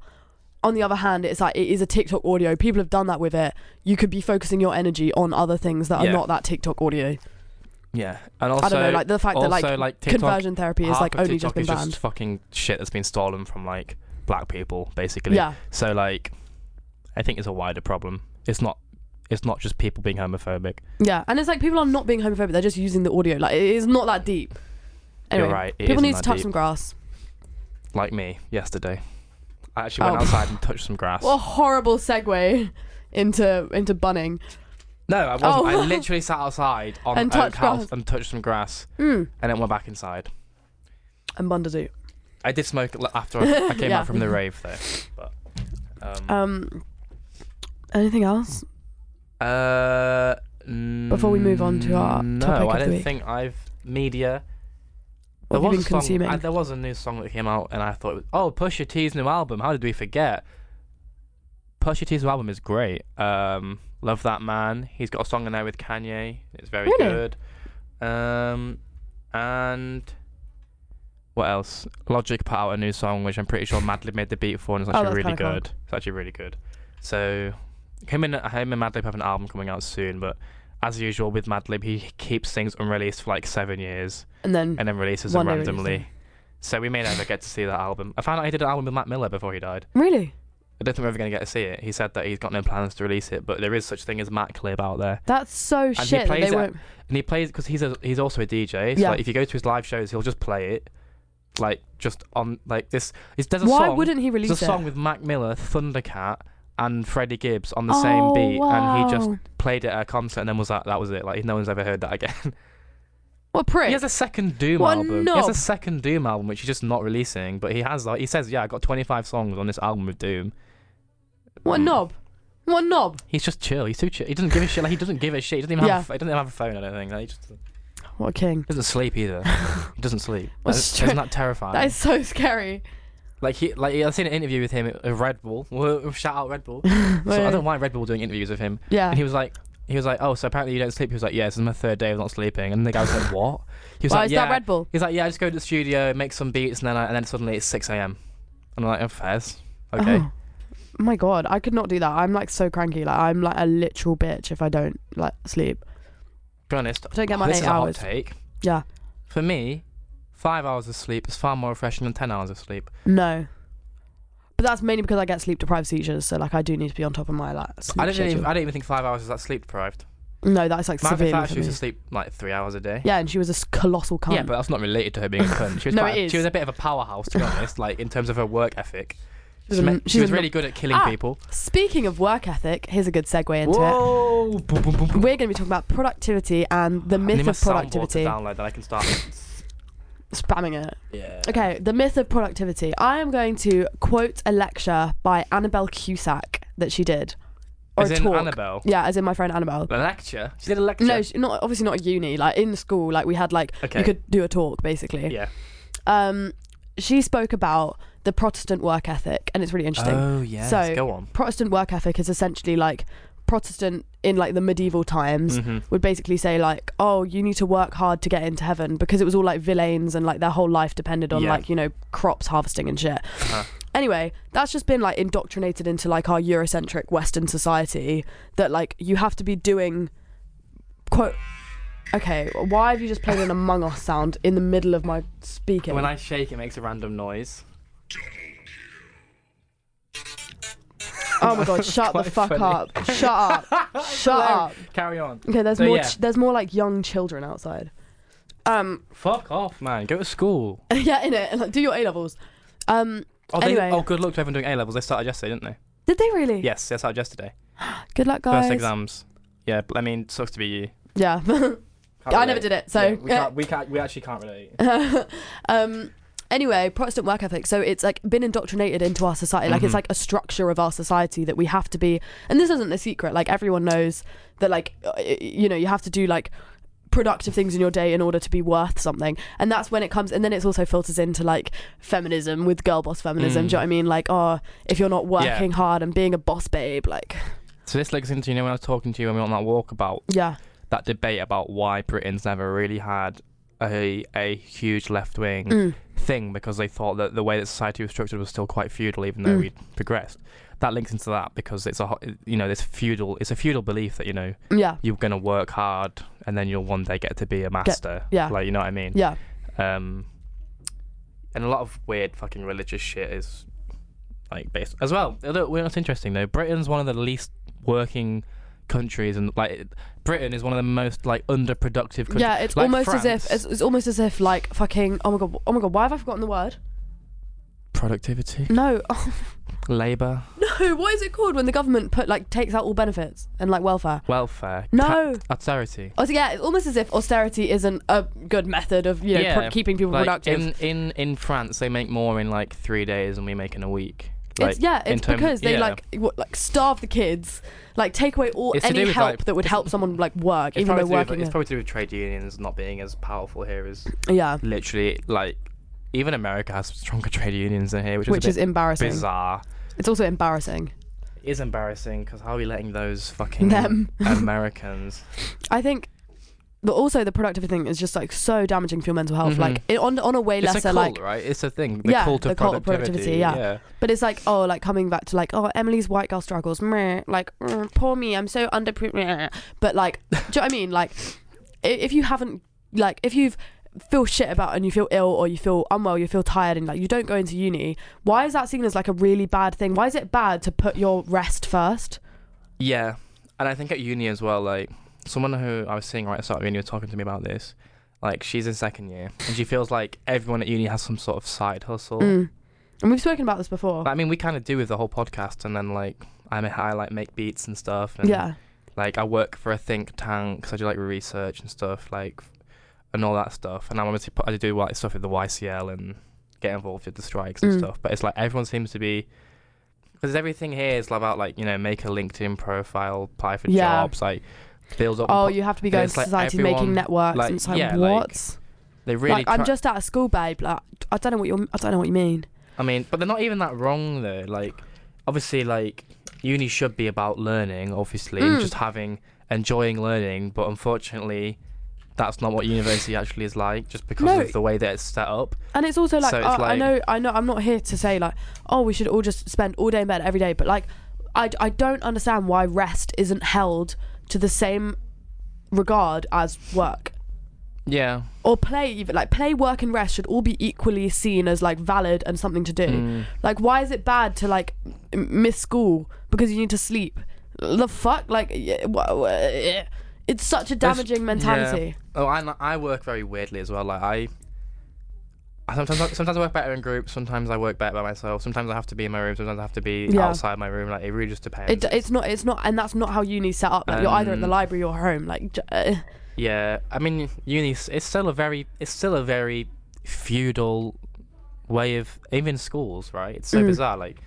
A: on the other hand, it's like it is a TikTok audio. People have done that with it. You could be focusing your energy on other things that are
B: Yeah.
A: not that TikTok audio.
B: Yeah, and also
A: I don't know, like the fact that like,
B: also, like, TikTok-
A: conversion therapy is
B: half
A: like
B: of
A: only
B: TikTok
A: just been
B: is
A: banned.
B: just fucking shit that's been stolen from like black people, basically.
A: yeah,
B: So like, I think it's a wider problem. It's not. It's not just people being homophobic.
A: yeah, and it's like people are not being homophobic. They're just using the audio. Like it is not that deep. Anyway,
B: You're right. it
A: people
B: isn't
A: need to
B: that
A: touch
B: deep.
A: some grass.
B: Like me yesterday, I actually went
A: Oh.
B: outside and touched some grass.
A: What a horrible segue into into bunning.
B: no, I wasn't.
A: Oh.
B: I literally sat outside on
A: And
B: Oak
A: touched
B: House
A: grass.
B: and touched some grass,
A: Mm.
B: and then went back inside.
A: And Bundazoo.
B: I did smoke l- after I, I came
A: Yeah.
B: out from the rave though. But um,
A: Um, anything else?
B: Uh,
A: Um,
B: mm,
A: Before we move on to our
B: no,
A: topic
B: I
A: of the
B: don't
A: week.
B: think I've media.
A: What have you
B: was
A: been
B: a song,
A: consuming?
B: uh, there was a new song that came out, and I thought, it was, oh, Pusha T's new album. How did we forget? Pusha T's new album is great. Um, love that man. He's got a song in there with Kanye. It's very
A: Really?
B: good. Um, and what else? Logic put out a new song, which I'm pretty sure Madlib made the beat for, and it's
A: Oh,
B: actually
A: that's
B: really
A: kinda cool.
B: good. It's actually really good. So him and him and Madlib have an album coming out soon, but as usual with Madlib, he keeps things unreleased for like seven years
A: and then
B: and then releases
A: One
B: them
A: day release them.
B: randomly. So we may never get to see that album. I found out he did an album with Matt Miller before he died.
A: really,
B: I don't think we're ever going to get to see it. He said that he's got no plans to release it, but there is such thing as Matt Clip out there,
A: that's so
B: he
A: shit. That
B: plays
A: they
B: it-
A: won't.
B: and he plays because he's a, he's also a DJ. So
A: Yeah.
B: like, if you go to his live shows, he'll just play it, like just on like this. It's, there's a
A: Why
B: song.
A: wouldn't he
B: there's a
A: release
B: song
A: it?
B: with Mac Miller, Thundercat, and Freddie Gibbs on the
A: oh,
B: same beat,
A: wow.
B: and he just played it at a concert, and then was like, that was it. Like no one's ever heard that again.
A: what a prick.
B: He has a second Doom
A: What a
B: album. He has
A: knob.
B: a second Doom album, which he's just not releasing. But he has like he says, yeah, I got 25 songs on this album with Doom.
A: what a knob. What a knob?
B: Hmm. He's just chill. He's too chill. He doesn't give a shit. Like he doesn't give a shit. He doesn't even
A: Yeah.
B: have. A, he doesn't even have a phone. I don't think. Like, he just
A: What a king.
B: doesn't sleep either. he doesn't sleep.
A: Well,
B: That-
A: it's true.
B: isn't that terrifying?
A: That is so scary.
B: Like he, like I seen an interview with him at Red Bull. Whoa, Shout out Red Bull. so I don't mind Red Bull doing interviews with him.
A: yeah.
B: And he was like, he was like, oh, so apparently you don't sleep. He was like, yeah, this is my third day of not sleeping. And the guy was like, what? He was
A: Why
B: like,
A: is
B: yeah.
A: that Red Bull?
B: He's like, yeah, I just go to the studio, make some beats, and then I, and then suddenly it's six a.m. And I'm like, oh, fairs. Okay.
A: Oh. My God, I could not do that. I'm like so cranky. Like I'm like a literal bitch if I don't like sleep.
B: Be honest.
A: I don't get my
B: this
A: eight
B: is a hot
A: hours.
B: take.
A: Yeah.
B: For me, five hours of sleep is far more refreshing than ten hours of sleep.
A: No. But that's mainly because I get sleep deprived seizures, so like I do need to be on top of my like sleep
B: I don't even,
A: schedule.
B: I don't even think five hours is that sleep deprived.
A: No, that's like
B: My
A: severely for
B: Thatcher
A: me.
B: used to sleep like three hours a day.
A: Yeah, and she was a s- colossal cunt.
B: Yeah, but that's not related to her being a cunt. She was,
A: No,
B: quite,
A: it
B: she
A: is.
B: was a bit of a powerhouse, to be honest, like in terms of her work ethic.
A: She
B: She,
A: was a-
B: me-
A: she
B: she was
A: was a-
B: really good at killing
A: Ah,
B: people.
A: Speaking of work ethic, here's a good segue into
B: Whoa! Boom, boom, boom,
A: it.
B: boom.
A: We're going to be talking about productivity and the
B: I
A: myth
B: need my
A: of
B: soundboard
A: productivity.
B: To download that I can start.
A: Spamming it.
B: yeah.
A: Okay, the myth of productivity. I am going to quote a lecture by Annabelle Cusack that she did. Or
B: As
A: a
B: in
A: talk.
B: Annabelle.
A: Yeah, as in my friend Annabelle.
B: A lecture. She did a lecture.
A: No, she, not obviously not at uni. Like in school, like we had like
B: okay.
A: you could do a talk basically.
B: Yeah.
A: Um, she spoke about the Protestant work ethic, and it's really interesting.
B: Oh yes.
A: So-
B: Go on.
A: Protestant work ethic is essentially like Protestant in like the medieval times
B: Mhm.
A: would basically say like, oh, you need to work hard to get into heaven because it was all like villains and like their whole life depended on
B: Yeah.
A: like you know crops harvesting and shit.
B: Uh-huh.
A: Anyway, that's just been like indoctrinated into like our Eurocentric Western society that like you have to be doing quote. Okay, why have you just played an Among Us sound in the middle of my speaking?
B: When I shake, it makes a random noise.
A: oh my god, shut the
B: Quite
A: fuck
B: funny.
A: up! Shut up! shut up!
B: Carry on.
A: Okay, there's
B: So,
A: more.
B: yeah.
A: Ch- there's more like young children outside. Um,
B: Fuck off, man. Go to school.
A: yeah, in it. Like, do your A levels. Um,
B: Oh, they,
A: Anyway.
B: oh, good luck to everyone doing A levels. They started yesterday, didn't they?
A: did they really?
B: Yes, they started yesterday.
A: Good luck, guys.
B: First exams. Yeah, but, I mean, sucks to be you.
A: Yeah.
B: Can't
A: I
B: relate.
A: never did it, so- uh,
B: Yeah, we, can't, we can't. We actually can't relate.
A: um. Anyway, Protestant work ethic. So it's like been indoctrinated into our society. Like
B: Mhm.
A: it's like a structure of our society that we have to be. And this isn't a secret. Like everyone knows that. Like uh, y- you know, you have to do like productive things in your day in order to be worth something. And that's when it comes. And then it's also filters into like feminism with girl boss feminism.
B: Mm.
A: Do you know what I mean? Like, oh, if you're not working hard and being a boss babe, like,
B: So this links into you know when I was talking to you when we were on that walk about
A: yeah,
B: that debate about why Britain's never really had a a huge left wing
A: Mm.
B: thing because they thought that the way that society was structured was still quite feudal even though
A: Mm.
B: we'd progressed. That links into that because it's a ho- you know this feudal it's a feudal belief that you know
A: Mm. yeah,
B: you're gonna work hard and then you'll one day get to be a master.
A: yeah.
B: Like you know what I mean.
A: yeah.
B: Um, and a lot of weird fucking religious shit is like based as well. Although well, it's interesting though. Britain's one of the least working countries, and like it- Britain is one of the most like underproductive countries.
A: Yeah, it's
B: Like
A: almost as
B: France.
A: if it's, it's almost as if like fucking oh my god oh my god why have I forgotten the word?
B: Productivity,
A: No,
B: labour,
A: no. What is it called when the government put like takes out all benefits and like welfare?
B: welfare,
A: No.
B: ta- austerity.
A: Oh so yeah, it's almost as if austerity isn't a good method of you know
B: Yeah,
A: pro- keeping people
B: Like
A: productive.
B: in, in in France, they make more in like three days than we make in a week.
A: it's, yeah,
B: in
A: it's
B: term-
A: because they
B: yeah.
A: like what, like starve the kids, like take away all
B: It's to do
A: any
B: with,
A: help
B: like-
A: that would
B: it's-
A: help someone like work,
B: It's
A: even though
B: probably to do with-
A: working.
B: it's probably to do with trade unions not being as powerful here as
A: yeah,
B: literally like even America has stronger trade unions than here, which,
A: which
B: is
A: is
B: a bit
A: embarrassing.
B: bizarre.
A: It's also embarrassing.
B: It is embarrassing because how are we letting those fucking
A: Them.
B: Americans?
A: I think. But also the productivity thing is just like so damaging for your mental health.
B: Mhm.
A: Like it, on on a way
B: it's a
A: lesser
B: cult,
A: like
B: right? It's a thing. The
A: Yeah,
B: cult of
A: the cult of productivity,
B: productivity.
A: yeah. But it's like, oh, like coming back to like, oh, Emily's white girl struggles. Meh, like, mm, poor me, I'm so under. meh. But like, do you know what I mean? Like, i- if you haven't, like, if you've feel shit about and you feel ill or you feel unwell, you feel tired and like you don't go into uni, why is that seen as like a really bad thing? Why is it bad to put your rest first?
B: Yeah, and I think at uni as well, like someone who I was seeing right at the start of uni was talking to me about this. Like she's in second year, and she feels like everyone at uni has some sort of side hustle.
A: Mm. And we've spoken about this before.
B: But, I mean, we kind of do with the whole podcast, and then like I'm a, I like make beats and stuff. And
A: yeah.
B: like I work for a think tank, so I do like research and stuff, like and all that stuff. And I'm obviously pu- I do like stuff with the YCL and get involved with the strikes and
A: Mm.
B: stuff. But it's like everyone seems to be because everything here is about like you know make a LinkedIn profile, apply for
A: Yeah.
B: jobs, like build up.
A: Oh,
B: and po-
A: you have to be
B: and
A: going
B: it's
A: to
B: like
A: society, making
B: everyone,
A: networks,
B: like,
A: and it's like
B: yeah, like,
A: what?
B: they really.
A: like I'm
B: try-
A: just out of school, babe. Like I don't know what you I don't know what you mean.
B: I mean, but they're not even that wrong though. Like, obviously, like uni should be about learning, obviously, and
A: Mm.
B: just having enjoying learning. But unfortunately, that's not what university actually is like, just because
A: No.
B: of the way that it's set up.
A: And it's also like,
B: So it's
A: uh, I
B: like-
A: know I know I'm not here to say like oh we should all just spend all day in bed every day, but like I I don't understand why rest isn't held to the same regard as work.
B: Yeah.
A: or play even like play work and rest should all be equally seen as like valid and something to do
B: Hmm.
A: like why is it bad to like m- miss school because you need to sleep the fuck like y- wha- wha- eh. it's such a
B: That's-
A: damaging mentality
B: Oh, I I work very weirdly as well. Like I, I sometimes sometimes I work better in groups. Sometimes I work better by myself. Sometimes I have to be in my room. Sometimes I have to be
A: Yeah.
B: outside my room. Like it really just depends.
A: it, it's not it's not and that's not how uni's set up like you're either at the
B: Um,
A: library or home like j- eh.
B: yeah, I mean, uni. s- It's still a very it's still a very feudal way of even schools, right? It's so
A: Mm.
B: bizarre. Like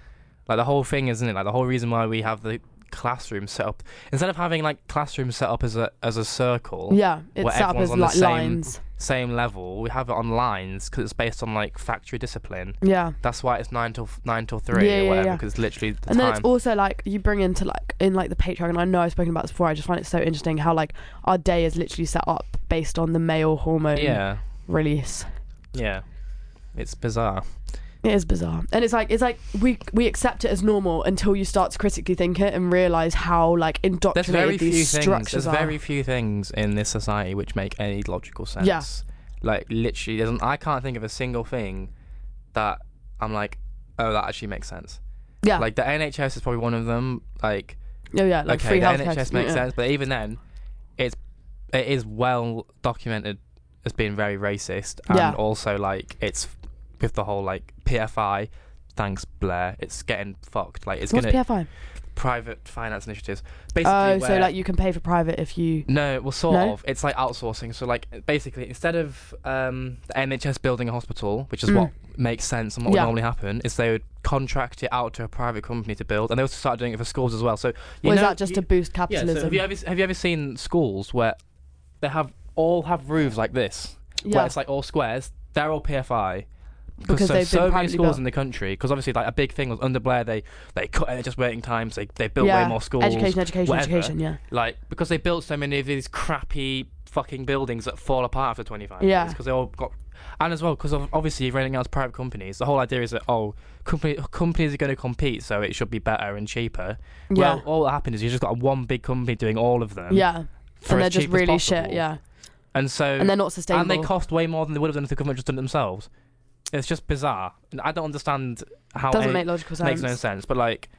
B: like the whole thing, isn't it? Like the whole reason why we have the classroom set up instead of having like classrooms set up as a as a circle.
A: yeah it's
B: where
A: set up as
B: everyone's on the
A: like
B: same-
A: lines
B: Same level. We have it on lines because it's based on like factory discipline.
A: yeah
B: That's why it's nine till f- nine till three
A: Yeah, yeah,
B: or whatever,
A: yeah.
B: because it's literally the
A: and then
B: time.
A: it's also like you bring into like in like the patriarch and i know i've spoken about this before i just find it so interesting how like our day is literally set up based on the male hormone
B: yeah,
A: release
B: yeah, it's bizarre.
A: It is bizarre, and it's like it's like we we accept it as normal until you start to critically think it and realize how like
B: There's very
A: indoctrinated
B: few
A: these
B: things.
A: structures
B: There's
A: are.
B: very few things in this society which make any logical sense.
A: Yeah.
B: Like literally, there's an, I can't think of a single thing that I'm like, oh, that actually makes sense.
A: yeah, like
B: Like the NHS is probably one of them. Like
A: yeah, yeah, like
B: okay,
A: free
B: the
A: healthcare.
B: NHS
A: system,
B: makes
A: yeah.
B: sense, but even then, it's it is well documented as being very racist, and
A: Yeah.
B: also like it's with the whole like PFI. Thanks, Blair. It's getting fucked. Like it's
A: What's
B: gonna
A: PFI?
B: private finance initiatives.
A: Oh,
B: Basically,
A: so
B: where-
A: like you can pay for private if you.
B: no, well, sort
A: No?
B: of. It's like outsourcing. So, like, basically, instead of um, the NHS building a hospital, which is
A: Mm.
B: what makes sense and what
A: Yeah.
B: would normally happen, is they would contract it out to a private company to build, and they also started doing it for schools as well. So, you
A: Or is
B: know-
A: that just
B: you-
A: to boost
B: yeah, so
A: capitalism?
B: have you ever have you ever seen schools where they have all have roofs like this,
A: Yeah.
B: where it's like all squares? They're all PFI.
A: Because
B: so,
A: they've been
B: so many
A: privately
B: schools
A: built.
B: in the country, because obviously like a big thing was under Blair, they they cut NHS waiting times, they they built
A: Yeah.
B: way more schools,
A: education, education,
B: whatever.
A: education. Yeah,
B: like because they built so many of these crappy fucking buildings that fall apart after 25
A: Yeah.
B: years because they all got and as well because obviously you're renting out to private companies the whole idea is that oh company, companies are going to compete so it should be better and cheaper well all that happened is you just got one big company doing all of
A: yeah,
B: them
A: yeah.
B: for
A: And
B: as
A: they're just
B: cheap as
A: really shit.
B: possible.
A: Yeah,
B: and so
A: and they're not sustainable.
B: and they cost way more than they would have done if the government just done it themselves it's just bizarre And i don't understand how
A: Doesn't
B: any-
A: make logical sense.
B: makes no sense. But like,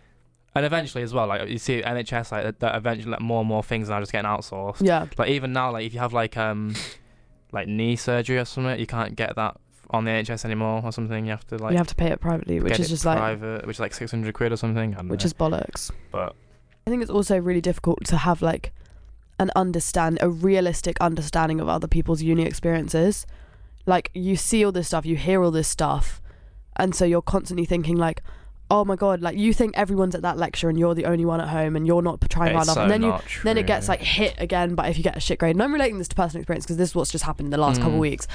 B: and eventually as well, like you see NHS like that- that eventually like more and more things are now just getting outsourced.
A: Yeah,
B: Like even now, like if you have like um like knee surgery or something, you can't get that on the NHS anymore or something. You have to like
A: you have to pay it privately, which
B: get
A: is
B: it
A: just like
B: private, which is like six hundred quid or something. I don't
A: which
B: know.
A: is bollocks.
B: but
A: I think it's also really difficult to have like an understand a realistic understanding of other people's uni experiences. Like you see all this stuff, you hear all this stuff, and so you're constantly thinking like, "Oh my god!" Like you think everyone's at that lecture and you're the only one at home and you're not trying hard enough,
B: it's so
A: and then you
B: not
A: then it gets
B: true.
A: like hit again. But if you get a shit grade, and I'm relating this to personal experience because this is what's just happened in the last couple
B: Mm.
A: weeks.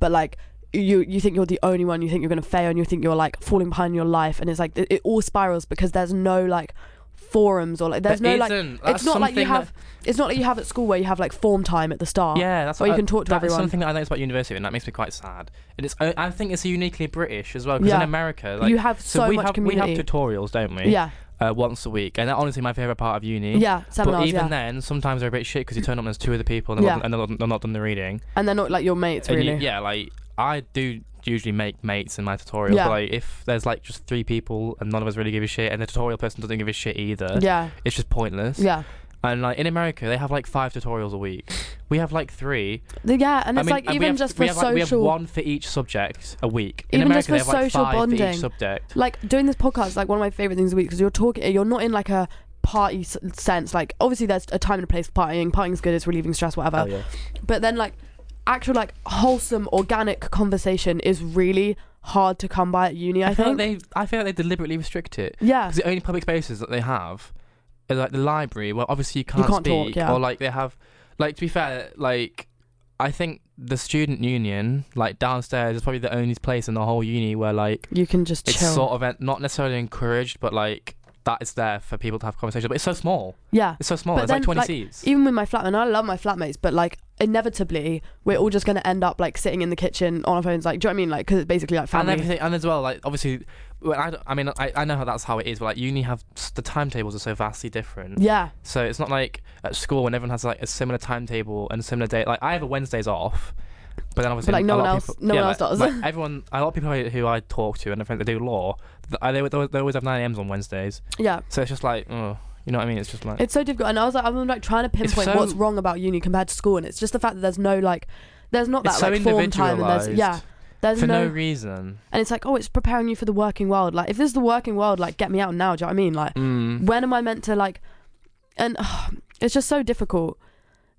A: But like you, you think you're the only one. You think you're gonna fail, and you think you're like falling behind in your life, and it's like it, it all spirals because there's no like forums or like there's
B: There
A: no like
B: isn't.
A: it's
B: That's
A: not like you
B: something that-
A: have it's not like you have at school where you have like form time at the start.
B: yeah, that's
A: or you
B: I-
A: can talk to
B: that is
A: everyone.
B: something that I noticed about university, and that makes me quite sad. And it's I I think it's uniquely British as well because
A: Yeah.
B: in America, like
A: you have
B: so,
A: so,
B: we
A: much
B: have
A: community.
B: we have tutorials, don't we?
A: yeah,
B: uh, once a week, and that honestly my favorite part of uni.
A: yeah, seminars,
B: but even
A: yeah,
B: then, sometimes they're a bit shit because you turn up and there's two other people and they're,
A: Yeah.
B: not, and they're, not, they're not done the reading.
A: and they're not like your mates
B: And
A: really.
B: you- yeah, like I do usually make mates in my tutorial,
A: Yeah.
B: but like if there's like just three people and none of us really give a shit, and the tutorial person doesn't give a shit either,
A: yeah,
B: it's just pointless.
A: yeah,
B: And like in America, they have like five tutorials a week. We have like three.
A: The- yeah, and
B: I
A: it's
B: mean,
A: like
B: and we
A: even
B: have-
A: just for
B: we have, like, we have
A: social,
B: one for each subject a week. in
A: Even just
B: America,
A: for
B: they have like
A: social
B: five for
A: bonding.
B: each subject.
A: like doing this podcast is like one of my favorite things a week because you're talking, you're not in like a party s- sense. Like obviously there's a time and a place for partying. Partying's good, it's relieving stress, whatever.
B: Oh, yeah.
A: But then like actual like wholesome organic conversation is really hard to come by at uni. I
B: feel like
A: think.
B: they I feel like they deliberately restrict it
A: yeah.
B: because the only public spaces that they have are like the library, where obviously you can't,
A: can't talk,
B: speak,
A: yeah.
B: or like they have, like to be fair, like I think the student union, like downstairs, is probably the only place in the whole uni where like
A: You can just
B: it's
A: chill.
B: sort of en- not necessarily encouraged, but like that is there for people to have conversations. But it's so small.
A: yeah.
B: It's so small.
A: But
B: It's
A: then,
B: like twenty
A: like,
B: seats.
A: Even with my flatmate, and I love my flatmates, but like inevitably we're all just gonna end up like sitting in the kitchen on our phones. Like, do you know what I mean? Like, because it's basically like
B: and
A: family.
B: everything, and as well, like obviously, well, I, don't- I mean, I, I know how that's how it is, but like uni have s- the timetables are so vastly different.
A: yeah.
B: So it's not like at school when everyone has like a similar timetable and a similar day. Like I have a Wednesdays off, but then obviously
A: like, no
B: a
A: one
B: lot of
A: else-
B: people,
A: no
B: yeah,
A: one else
B: like-
A: does.
B: like, everyone, a lot of people who I talk to and I think they do law, th- I- they, they, they always have nine a.m.s on Wednesdays.
A: Yeah.
B: So it's just like, oh, you know what I mean? It's just like
A: It's so difficult, and I was like, I'm like trying to pinpoint
B: so-
A: what's wrong about uni compared to school, and it's just the fact that there's no like, there's not that
B: it's
A: like
B: so
A: form time, and there's
B: individualized
A: yeah, there's
B: for
A: no,
B: no reason.
A: and it's like, oh, it's preparing you for the working world. Like, if this is the working world, like, get me out now. Do you know what I mean? Like,
B: Mm.
A: when am I meant to like, and it's just so difficult,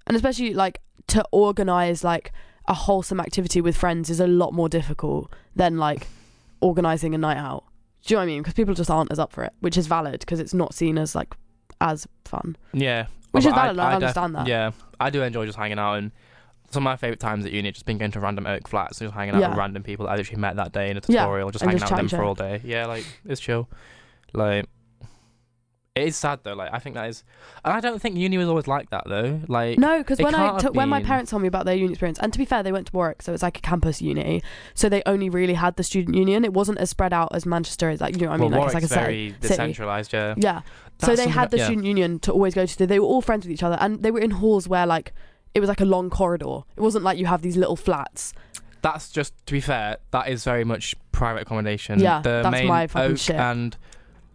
A: and especially like to organize like a wholesome activity with friends is a lot more difficult than like organizing a night out. Do you know what I mean? Because people just aren't as up for it, which is valid because it's not seen as like as fun.
B: Yeah.
A: Which
B: Well,
A: is
B: but
A: valid, I understand that.
B: Yeah. I do enjoy just hanging out and some of my favourite times at uni have just been going to random oak flats and just hanging out
A: Yeah.
B: with random people that I literally met that day in a
A: Yeah,
B: tutorial, just
A: and
B: hanging
A: just
B: out with them
A: chatting
B: for all day. Yeah, like it's chill. Like it is sad though, like I think that is and I don't think uni was always like that though. Like
A: No, because
B: It
A: when I
B: can't
A: took,
B: have
A: when my
B: been.
A: parents told me about their uni experience, and to be fair, they went to Warwick, so it's like a campus uni, so they only really had the student union. It wasn't as spread out as Manchester is. Like you know what I mean?
B: well,
A: like it's like a
B: Warwick's
A: city.
B: very
A: city.
B: decentralised, yeah.
A: Yeah. so
B: That's
A: they
B: something
A: had
B: that-
A: the
B: yeah.
A: student union to always go to. So They were all friends with each other, and they were in halls where like it was like a long corridor. It wasn't like you have these little flats.
B: That's just to be fair, that is very much private accommodation.
A: Yeah,
B: the
A: that's
B: main
A: my fucking
B: oak
A: shit.
B: and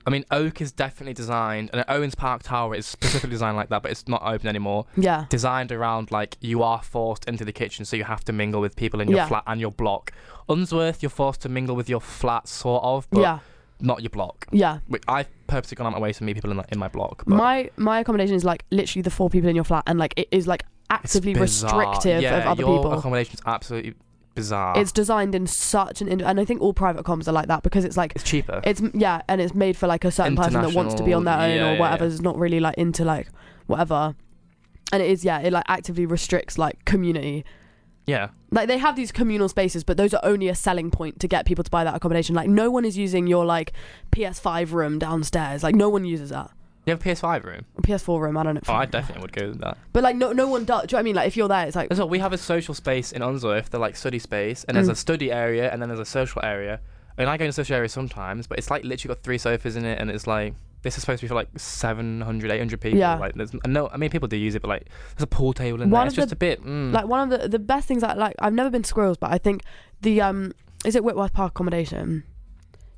B: I mean oak is definitely designed and Owens Park Tower is specifically designed like that, but it's not open anymore.
A: Yeah.
B: designed around like you are forced into the kitchen, so you have to mingle with people in your
A: Yeah.
B: flat and your block. Unsworth, you're forced to mingle with your flat, sort of, but
A: yeah.
B: not your block.
A: Yeah.
B: Which I've purposely gone out my way to meet people in, like, in my block. But
A: My my accommodation is like literally the four people in your flat, and like it is like
B: it's
A: actively
B: bizarre.
A: restrictive
B: yeah,
A: of other
B: your
A: people.
B: accommodation's absolutely bizarre.
A: It's designed in such an ind- and I think all private comms are like that because it's like
B: It's cheaper.
A: it's yeah and it's made for like a certain person that wants to be on their own
B: International, yeah,
A: or
B: yeah,
A: whatever
B: yeah.
A: is not really like into like whatever and it is yeah it like actively restricts like community
B: yeah,
A: like they have these communal spaces but those are only a selling point to get people to buy that accommodation like no one is using your like ps5 room downstairs like no one uses that
B: you have a PS5 room.
A: Or ps4 room i don't know
B: Oh, I definitely would go with that.
A: but like no no one does do you know what i mean like if you're there it's like
B: As well, we have a social space in Unsworth, the like study space, and there's
A: Mm.
B: a study area, and then there's a social area. And I go into social area sometimes, but it's like literally got three sofas in it, and it's like this is supposed to be for like 700, 800 people.
A: Yeah.
B: Like there's no, I mean people do use it, but like there's a pool table
A: One
B: in there. It's
A: of
B: just
A: the-
B: a bit. Mm,
A: like one of the the best things I like I've never been to squirrels but I think the um is it Whitworth Park accommodation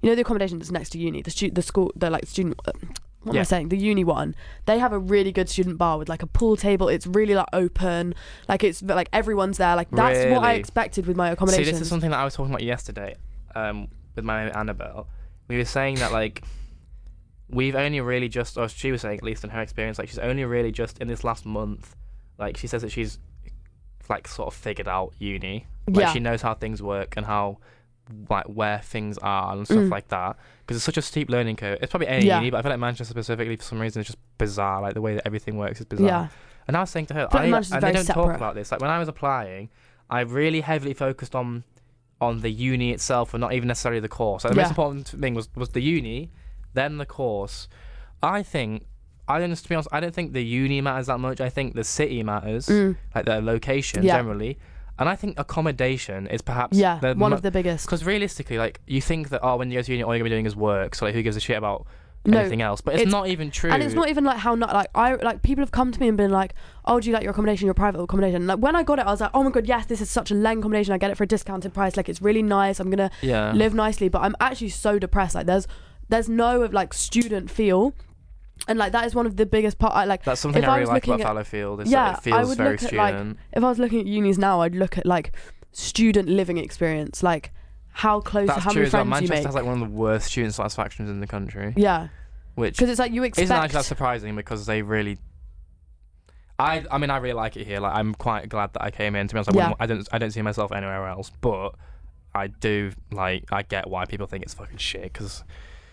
A: you know the accommodation that's next to uni the stu- the school the like student uh, what am I
B: Yeah.
A: saying the uni one they have a really good student bar with like a pool table it's really like open like it's like everyone's there like that's what I
B: Really?
A: expected with my
B: see,
A: accommodation
B: this is something that I was talking about yesterday, um, with my mate Annabelle. We were saying that like we've only really just, or she was saying at least in her experience, like she's only really just in this last month, like she says that she's like sort of figured out uni. Like
A: yeah
B: she knows how things work and how like where things are and stuff
A: Mm.
B: like that. Because it's such a steep learning curve. It's probably any
A: Yeah.
B: uni, but I feel like Manchester specifically for some reason it's just bizarre. Like the way that everything works is bizarre.
A: yeah
B: And I was saying to her,
A: feel like
B: I, and
A: Manchester's
B: they
A: very
B: don't
A: separate.
B: talk about this. Like when I was applying, I really heavily focused on on the uni itself and not even necessarily the course. Like, the
A: Yeah.
B: most important thing was was the uni, then the course. I think. I don't, to be honest, I don't think the uni matters that much. I think the city matters,
A: Mm.
B: like the location
A: Yeah.
B: generally. And I think accommodation is perhaps
A: yeah one of the biggest
B: because realistically, like you think that oh, when you go to uni, all you're gonna be doing is work. So like, who gives a shit about
A: No,
B: anything else? But it's,
A: it's-
B: not even true.
A: And it's not even like how not like I like people have come to me and been like, "Oh, do you like your accommodation, your private accommodation?" Like when I got it, I was like, "Oh my god, yes, this is such a leng accommodation. I get it for a discounted price. Like it's really nice. I'm gonna
B: yeah.
A: live nicely." But I'm actually so depressed. Like there's there's no like student feel, and like that is one of the biggest part. I like
B: That's something
A: if
B: I
A: I was
B: really like about
A: looking
B: Fallowfield. Is
A: Yeah,
B: that it
A: I
B: feels
A: would
B: very
A: look at, like,
B: student.
A: if I was looking at unis now, I'd look at like student living experience, like how close,
B: That's
A: how
B: true
A: many
B: as well.
A: friends you
B: Manchester
A: make.
B: has like one of the worst student satisfactions in the country,
A: yeah,
B: which
A: because it's like you expect.
B: isn't actually that surprising because they really. I I mean I really like it here. Like I'm quite glad that I came in. To be honest, I,
A: Yeah.
B: wouldn't- I don't I don't see myself anywhere else. But I do like I get why people think it's fucking shit because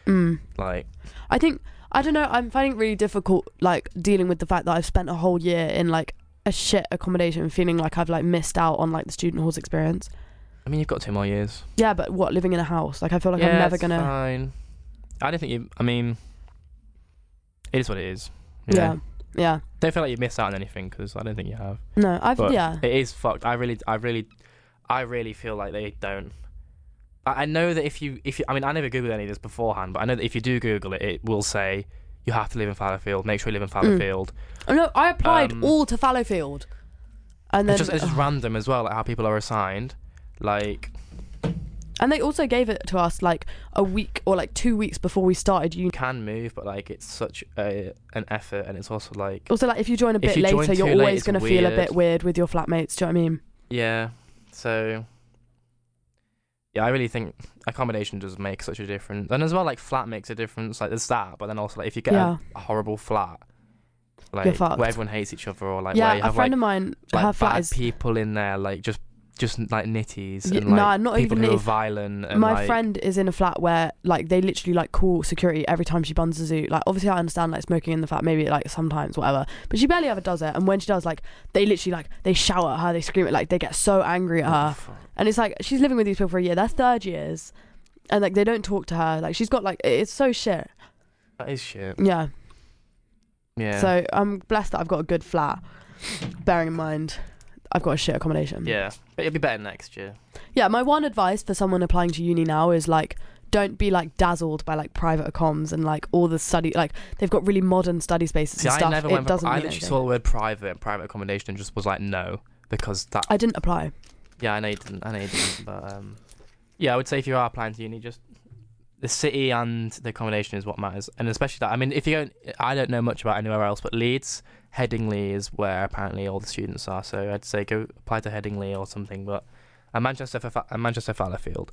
A: Mm.
B: like
A: I think I don't know. I'm finding it really difficult, like dealing with the fact that I've spent a whole year in like a shit accommodation, and feeling like I've like missed out on like the student halls experience.
B: I mean you've got two more years.
A: Yeah, but what living in a house? Like I feel like
B: Yeah,
A: I'm never
B: it's
A: gonna.
B: Fine. I don't think you. I mean, it is what it is. you know?
A: Yeah, yeah.
B: Don't feel like you've missed out on anything because I don't think you have.
A: No, I've
B: But
A: yeah.
B: It is fucked. I really, I really, I really feel like they don't. I, I know that if you, if you, I mean, I never googled any of this beforehand, but I know that if you do Google it, it will say you have to live in Fallowfield. Make sure you live in Fallowfield.
A: Oh, no, I applied
B: Um,
A: all to Fallowfield, and then
B: it's just, it's just random as well, like how people are assigned. Like,
A: and they also gave it to us like a week or like two weeks before we started uni.
B: you can move, but like it's such a, an effort, and it's also like,
A: Also, like if you join a
B: If
A: bit
B: you join
A: later, you're
B: too late,
A: always
B: it's
A: gonna feel a
B: weird.
A: bit weird with your flatmates. Do you know what I mean?
B: yeah. So, yeah, I really think accommodation does make such a difference, and as well, like flat makes a difference. Like there's that, but then also like if you get
A: Yeah.
B: a, a horrible flat.
A: You're
B: Like
A: fucked.
B: where everyone hates each other, or like
A: yeah,
B: where you
A: a
B: have
A: friend
B: like
A: of mine,
B: like
A: her flat
B: bad
A: is
B: people in there, like just just like nitties
A: Ye-
B: and like
A: nah, not
B: people
A: even
B: who are
A: nitties.
B: violent. And,
A: my
B: like,
A: friend is in a flat where like they literally like call security every time she buns a zoo. Like obviously I understand like smoking in the flat maybe like sometimes whatever, but she barely ever does it. And when she does, like they literally like they shout at her, they scream at like they get so angry at
B: Oh,
A: her, and it's like she's living with these people for a year. They're third years, and like they don't talk to her. Like she's got like it- it's so shit.
B: that is shit.
A: Yeah.
B: Yeah.
A: So I'm blessed that I've got a good flat. Bearing in mind, I've got a shit accommodation.
B: yeah, but it'll be better next year.
A: Yeah, my one advice for someone applying to uni now is like don't be like dazzled by like private comms and like all the study like they've got really modern study spaces
B: See,
A: and
B: I
A: stuff.
B: never
A: it
B: went. For,
A: doesn't
B: I
A: mean
B: literally
A: anything.
B: saw the word private and private accommodation and just was like no because that.
A: I didn't apply.
B: yeah, I know you didn't. I know you didn't. But um, yeah, I would say if you are applying to uni, just the city and the accommodation is what matters, and especially that. I mean, if you don't, I don't know much about anywhere else, but Leeds, Headingley is where apparently all the students are. So I'd say go apply to Headingley or something. But a Manchester, for, a Manchester Fallowfield.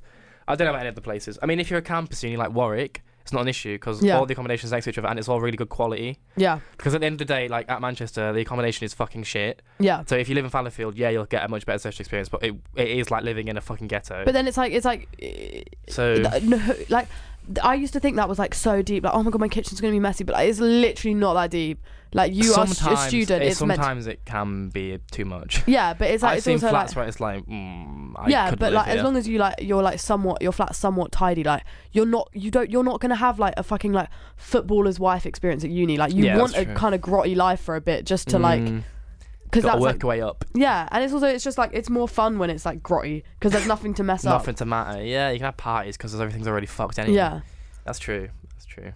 B: I don't know about any of the places. I mean, if you're a campus uni like Warwick, it's not an issue because
A: Yeah.
B: all the accommodations next to each other and it's all really good quality.
A: Yeah.
B: Because at the end of the day, like at Manchester, the accommodation is fucking shit.
A: Yeah.
B: So if you live in Fallowfield, yeah, you'll get a much better social experience, but it, it is like living in a fucking ghetto.
A: But then it's like it's like eh,
B: so
A: th- no, like th- I used to think that was like so deep like oh my god my kitchen's going to be messy but like, it's literally not that deep. Like you are
B: sometimes,
A: st- a student
B: it-
A: it's meant to-
B: sometimes it can be too much.
A: Yeah, but it's like
B: I've
A: it's
B: seen
A: also
B: flats
A: like
B: where it's like, mm, I
A: yeah,
B: could
A: but
B: live
A: like as
B: here.
A: long as you like you're like somewhat your flat's somewhat tidy, like you're not you don't you're not gonna have like a fucking like footballer's wife experience at uni. Like you
B: Yeah,
A: want
B: that's
A: a
B: true.
A: kind of grotty life for a bit just to like
B: Mm,
A: because
B: gotta
A: that's
B: work
A: like,
B: your way up.
A: yeah, and it's also it's just like it's more fun when it's like grotty because there's nothing to mess up.
B: Nothing to matter. Yeah, you can have parties because everything's already fucked anyway.
A: Yeah,
B: that's true. That's true.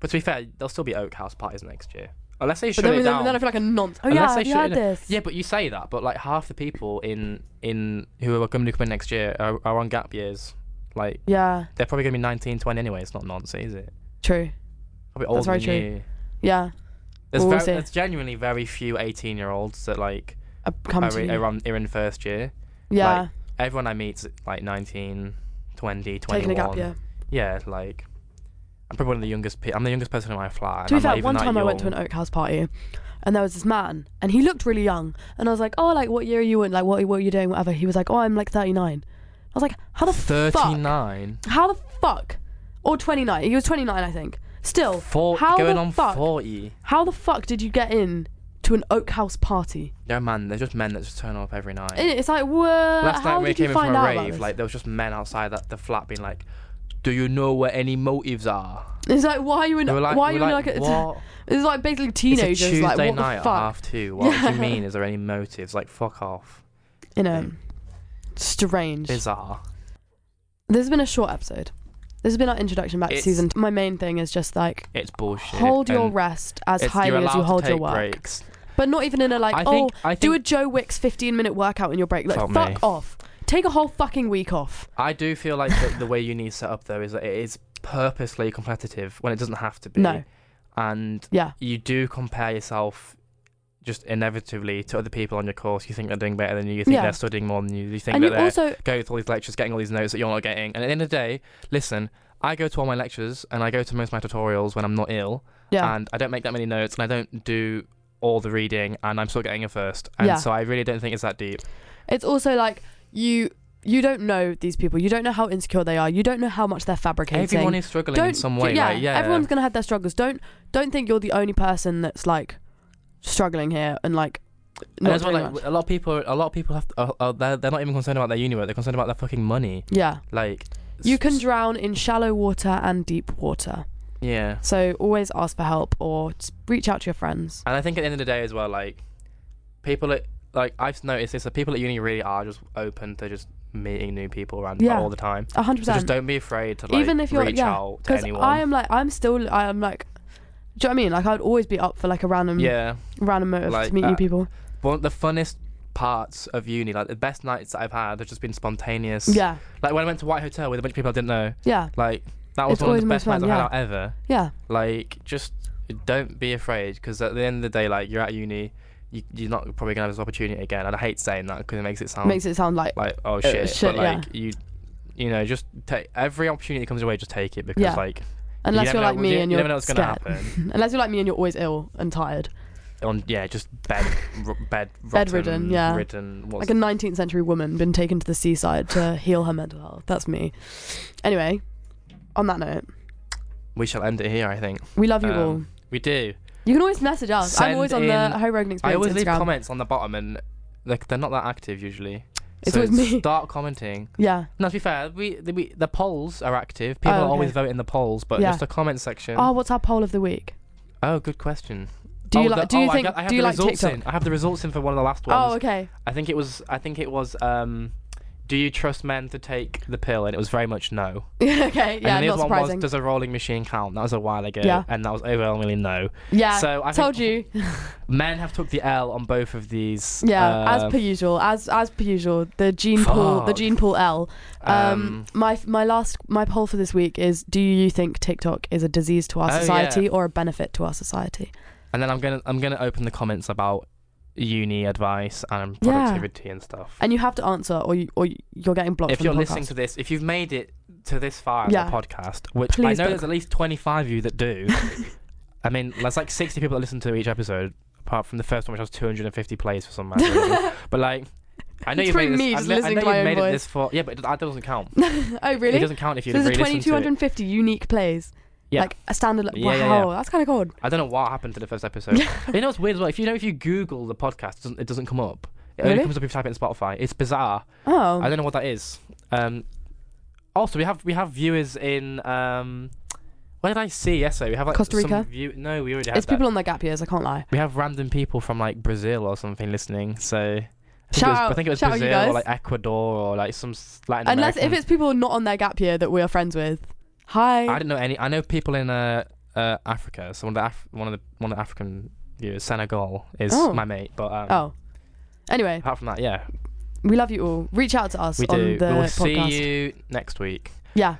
B: But to be fair, there'll still be Oak House parties next year, unless they
A: but
B: shut
A: then,
B: it
A: we-
B: down.
A: then, I feel like a nonce. Oh
B: Unless
A: yeah,
B: they
A: have you
B: shut
A: had
B: it down.
A: this?
B: Yeah, but you say that, but like half the people in in who are going to come in next year are, are on gap years. Like
A: Yeah,
B: they're probably going to be 19, 20 anyway. It's not nonsense, is it?
A: true.
B: Probably older
A: very
B: than
A: true.
B: you.
A: Yeah,
B: There's,
A: Well, we'll
B: very,
A: see.
B: there's genuinely very few 18 year olds that like
A: I come
B: are,
A: to
B: in-
A: you.
B: are, on, are in first year.
A: yeah,
B: like, Everyone I meet's like 19, 20, 21.
A: taking a gap year.
B: Yeah, like I'm probably one of the youngest. Pe- I'm the youngest person in my flat. and
A: To be
B: I'm not
A: fair,
B: even
A: one
B: that
A: time I went to
B: young.
A: an Oak House party, and there was this man, and he looked really young. And I was like, "Oh, like what year are you in? Like what what are you doing? Whatever." He was like, "Oh, I'm like 39." I was like, "How the fuck?
B: 39,
A: How the fuck? Or 29? He was 29, I think. Still,
B: four-
A: how
B: going
A: the
B: on
A: fuck?
B: 40.
A: How the fuck did you get in to an Oak House party?
B: No man, they're just men that just turn up every night.
A: And It's like, what?
B: Last
A: uh, how
B: night when we
A: did you
B: came in
A: find
B: from a
A: out about
B: rave,
A: this?
B: like there was just men outside that the flat being like, "Do you know where any motives are?"
A: it's like, why are you in?
B: They were like,
A: why are
B: we
A: you
B: were
A: in
B: like,
A: like? a-
B: "What?
A: it's like basically
B: It's
A: teenagers.
B: a Tuesday
A: like what
B: night
A: the
B: at
A: fuck?
B: half two. What do
A: Yeah.
B: you mean? Is there any motives? Like, fuck off.
A: You know, strange.
B: Bizarre.
A: This has been a short episode. This has been our introduction back to
B: It's-
A: season. Two. My main thing is just like
B: It's bullshit.
A: hold your
B: and
A: rest as
B: it's-
A: highly
B: you're
A: as you
B: allowed to
A: hold your
B: take
A: work,
B: Breaks.
A: but not even in a like
B: I
A: oh
B: think. I
A: do a
B: think.
A: Joe Wicks 15 minute workout in your break. Like
B: Fuck me.
A: fuck off. Take a whole fucking week off.
B: I do feel like the, the way you need set up though is that it is purposely competitive when it doesn't have to be.
A: No.
B: And
A: Yeah.
B: you do compare yourself just inevitably to other people on your course. You think they're doing better than you. You think
A: Yeah.
B: they're studying more than you. You think
A: and
B: that
A: you
B: they're
A: also
B: going to all these lectures, getting all these notes that you're not getting. And at the end of the day, listen, I go to all my lectures and I go to most of my tutorials when I'm not ill.
A: yeah
B: and I don't make that many notes, and I don't do all the reading, and I'm still getting a first, and
A: Yeah.
B: so I really don't think it's that deep.
A: it's also like you you don't know these people. You don't know how insecure they are. You don't know how much they're fabricating.
B: Everyone is struggling in some way.
A: yeah,
B: like, yeah.
A: everyone's gonna have their struggles. Don't don't think you're the only person that's like struggling here and like
B: And
A: not
B: as well,
A: doing
B: like,
A: much.
B: a lot of people, a lot of people have are, are, they're, they're not even concerned about their uni work. They're concerned about their fucking money.
A: Yeah,
B: Like
A: you
B: s-
A: can
B: s-
A: drown in shallow water and deep water.
B: yeah.
A: So always ask for help or s- reach out to your friends.
B: And I think at the end of the day as well, like people at like I've noticed this that people at uni really are just open to just meeting new people around
A: Yeah.
B: all the time.
A: A hundred
B: So just
A: percent.
B: don't be afraid to like
A: Even if you're-
B: reach
A: yeah,
B: out to
A: Because
B: anyone.
A: I am like I'm still I am like, do you know what I mean? Like I'd always be up for like a random
B: yeah.
A: random motive
B: Like
A: to meet new
B: that.
A: people.
B: Mm. One of the funnest parts of uni, like the best nights that I've had, have just been spontaneous.
A: Yeah,
B: Like when I went to White Hotel with a bunch of people I didn't know.
A: yeah,
B: Like that was
A: It's
B: one of
A: always
B: the
A: the
B: best
A: most fun,
B: nights I've had out ever.
A: yeah,
B: like just don't be afraid because at the end of the day like you're at uni you, you're not probably gonna have this opportunity again and i hate saying that because it makes it sound
A: Makes it sound like
B: Um, like oh shit,
A: shit,
B: but
A: yeah.
B: like you you know just take every opportunity that comes your way just take it because
A: Yeah.
B: like
A: unless
B: you
A: you are
B: never
A: like
B: know,
A: me
B: you,
A: and
B: you
A: you're
B: never know what's
A: scared.
B: gonna happen
A: Unless you're like me and you're always ill and tired,
B: on yeah just bed r- bed rotten,
A: Bedridden, yeah.
B: ridden what's
A: like a 19th century woman been taken to the seaside to heal her mental health. That's me. Anyway, on that note,
B: we shall end it here i think
A: we love you
B: Um,
A: all.
B: we do
A: You can always message us. I'm always on
B: send
A: the
B: in-
A: Home Rogan Experience
B: i always leave
A: Instagram.
B: comments on the bottom and like they're not that active usually
A: It's
B: so
A: always me.
B: start commenting
A: Yeah.
B: No, to be fair, we the, we, the polls are active. People
A: Oh, okay.
B: always vote in the polls, but
A: Yeah.
B: just the comment section.
A: Oh, what's our poll of the week?
B: Oh, good question.
A: Do you
B: oh,
A: like?
B: the-
A: do you
B: oh,
A: think?
B: I, got- I have
A: do you
B: the
A: like
B: results
A: TikTok?
B: in. I have the results in for one of the last ones.
A: Oh, okay.
B: I think it was. I think it was. Um, do you trust men to take the pill? And it was very much no.
A: okay. Yeah.
B: and then the
A: Not
B: other one was,
A: surprising.
B: does a rolling machine count? That was a while ago,
A: Yeah.
B: and that was overwhelmingly no.
A: yeah.
B: so I
A: told
B: think
A: you.
B: men have took the L on both of these.
A: Yeah.
B: uh,
A: as per usual. As as per usual. The gene pool. The
B: Fuck.
A: gene pool L. Um,
B: um,
A: my my last my poll for this week is: Do you think TikTok is a disease to our
B: Oh, yeah.
A: society or a benefit to our society?
B: and then I'm gonna I'm gonna open the comments about uni advice and
A: Yeah.
B: productivity and stuff.
A: And you have to answer, or you or you're getting blocked.
B: if
A: from
B: you're
A: the
B: listening
A: podcast.
B: to this, if you've made it to this far in
A: Yeah.
B: the podcast, which I
A: Please
B: know
A: don't.
B: there's at least 25 of you that do. I mean, there's like 60 people that listen to each episode, apart from the first one, which has 250 plays for some mad reason. but like, I know
A: It's
B: you've made,
A: probably
B: it
A: me
B: this, I
A: just
B: know- I
A: listening
B: know
A: to my
B: you've
A: own
B: made
A: voice.
B: it this far. Yeah, but that doesn't count.
A: oh
B: It
A: really?
B: doesn't count if
A: So
B: you
A: there's a
B: really listen to it.
A: 2250 unique plays.
B: Yeah.
A: Like a standard. Like,
B: Yeah,
A: wow,
B: yeah, yeah.
A: that's kind of cool.
B: I don't know what happened to the first episode. you know what's weird as well? If you know if you Google the podcast, it doesn't, it doesn't come up. It
A: Really?
B: only comes up if you type it in Spotify. It's bizarre.
A: Oh.
B: I don't know what that is. Um, also, we have we have viewers in. Um, where did I see yesterday? We have like
A: Costa Rica?
B: Some view- no, we already had
A: it's
B: that.
A: people on their gap years. I can't lie.
B: we have random people from like Brazil or something listening. So I think
A: Shout
B: it was,
A: out-
B: I think it was
A: shout out you
B: Brazil
A: guys.
B: or like Ecuador or like some s- Latin
A: Unless
B: American.
A: if it's people not on their gap year that we are friends with. Hi.
B: I don't know any. I know people in uh, uh, Africa. So one of the Af- one of the one of the African viewers, Senegal, is
A: Oh.
B: my mate. But um,
A: oh. Anyway,
B: apart from that, yeah,
A: we love you all. Reach out to us
B: we
A: on
B: do.
A: the
B: We'll
A: podcast.
B: see you next week.
A: Yeah.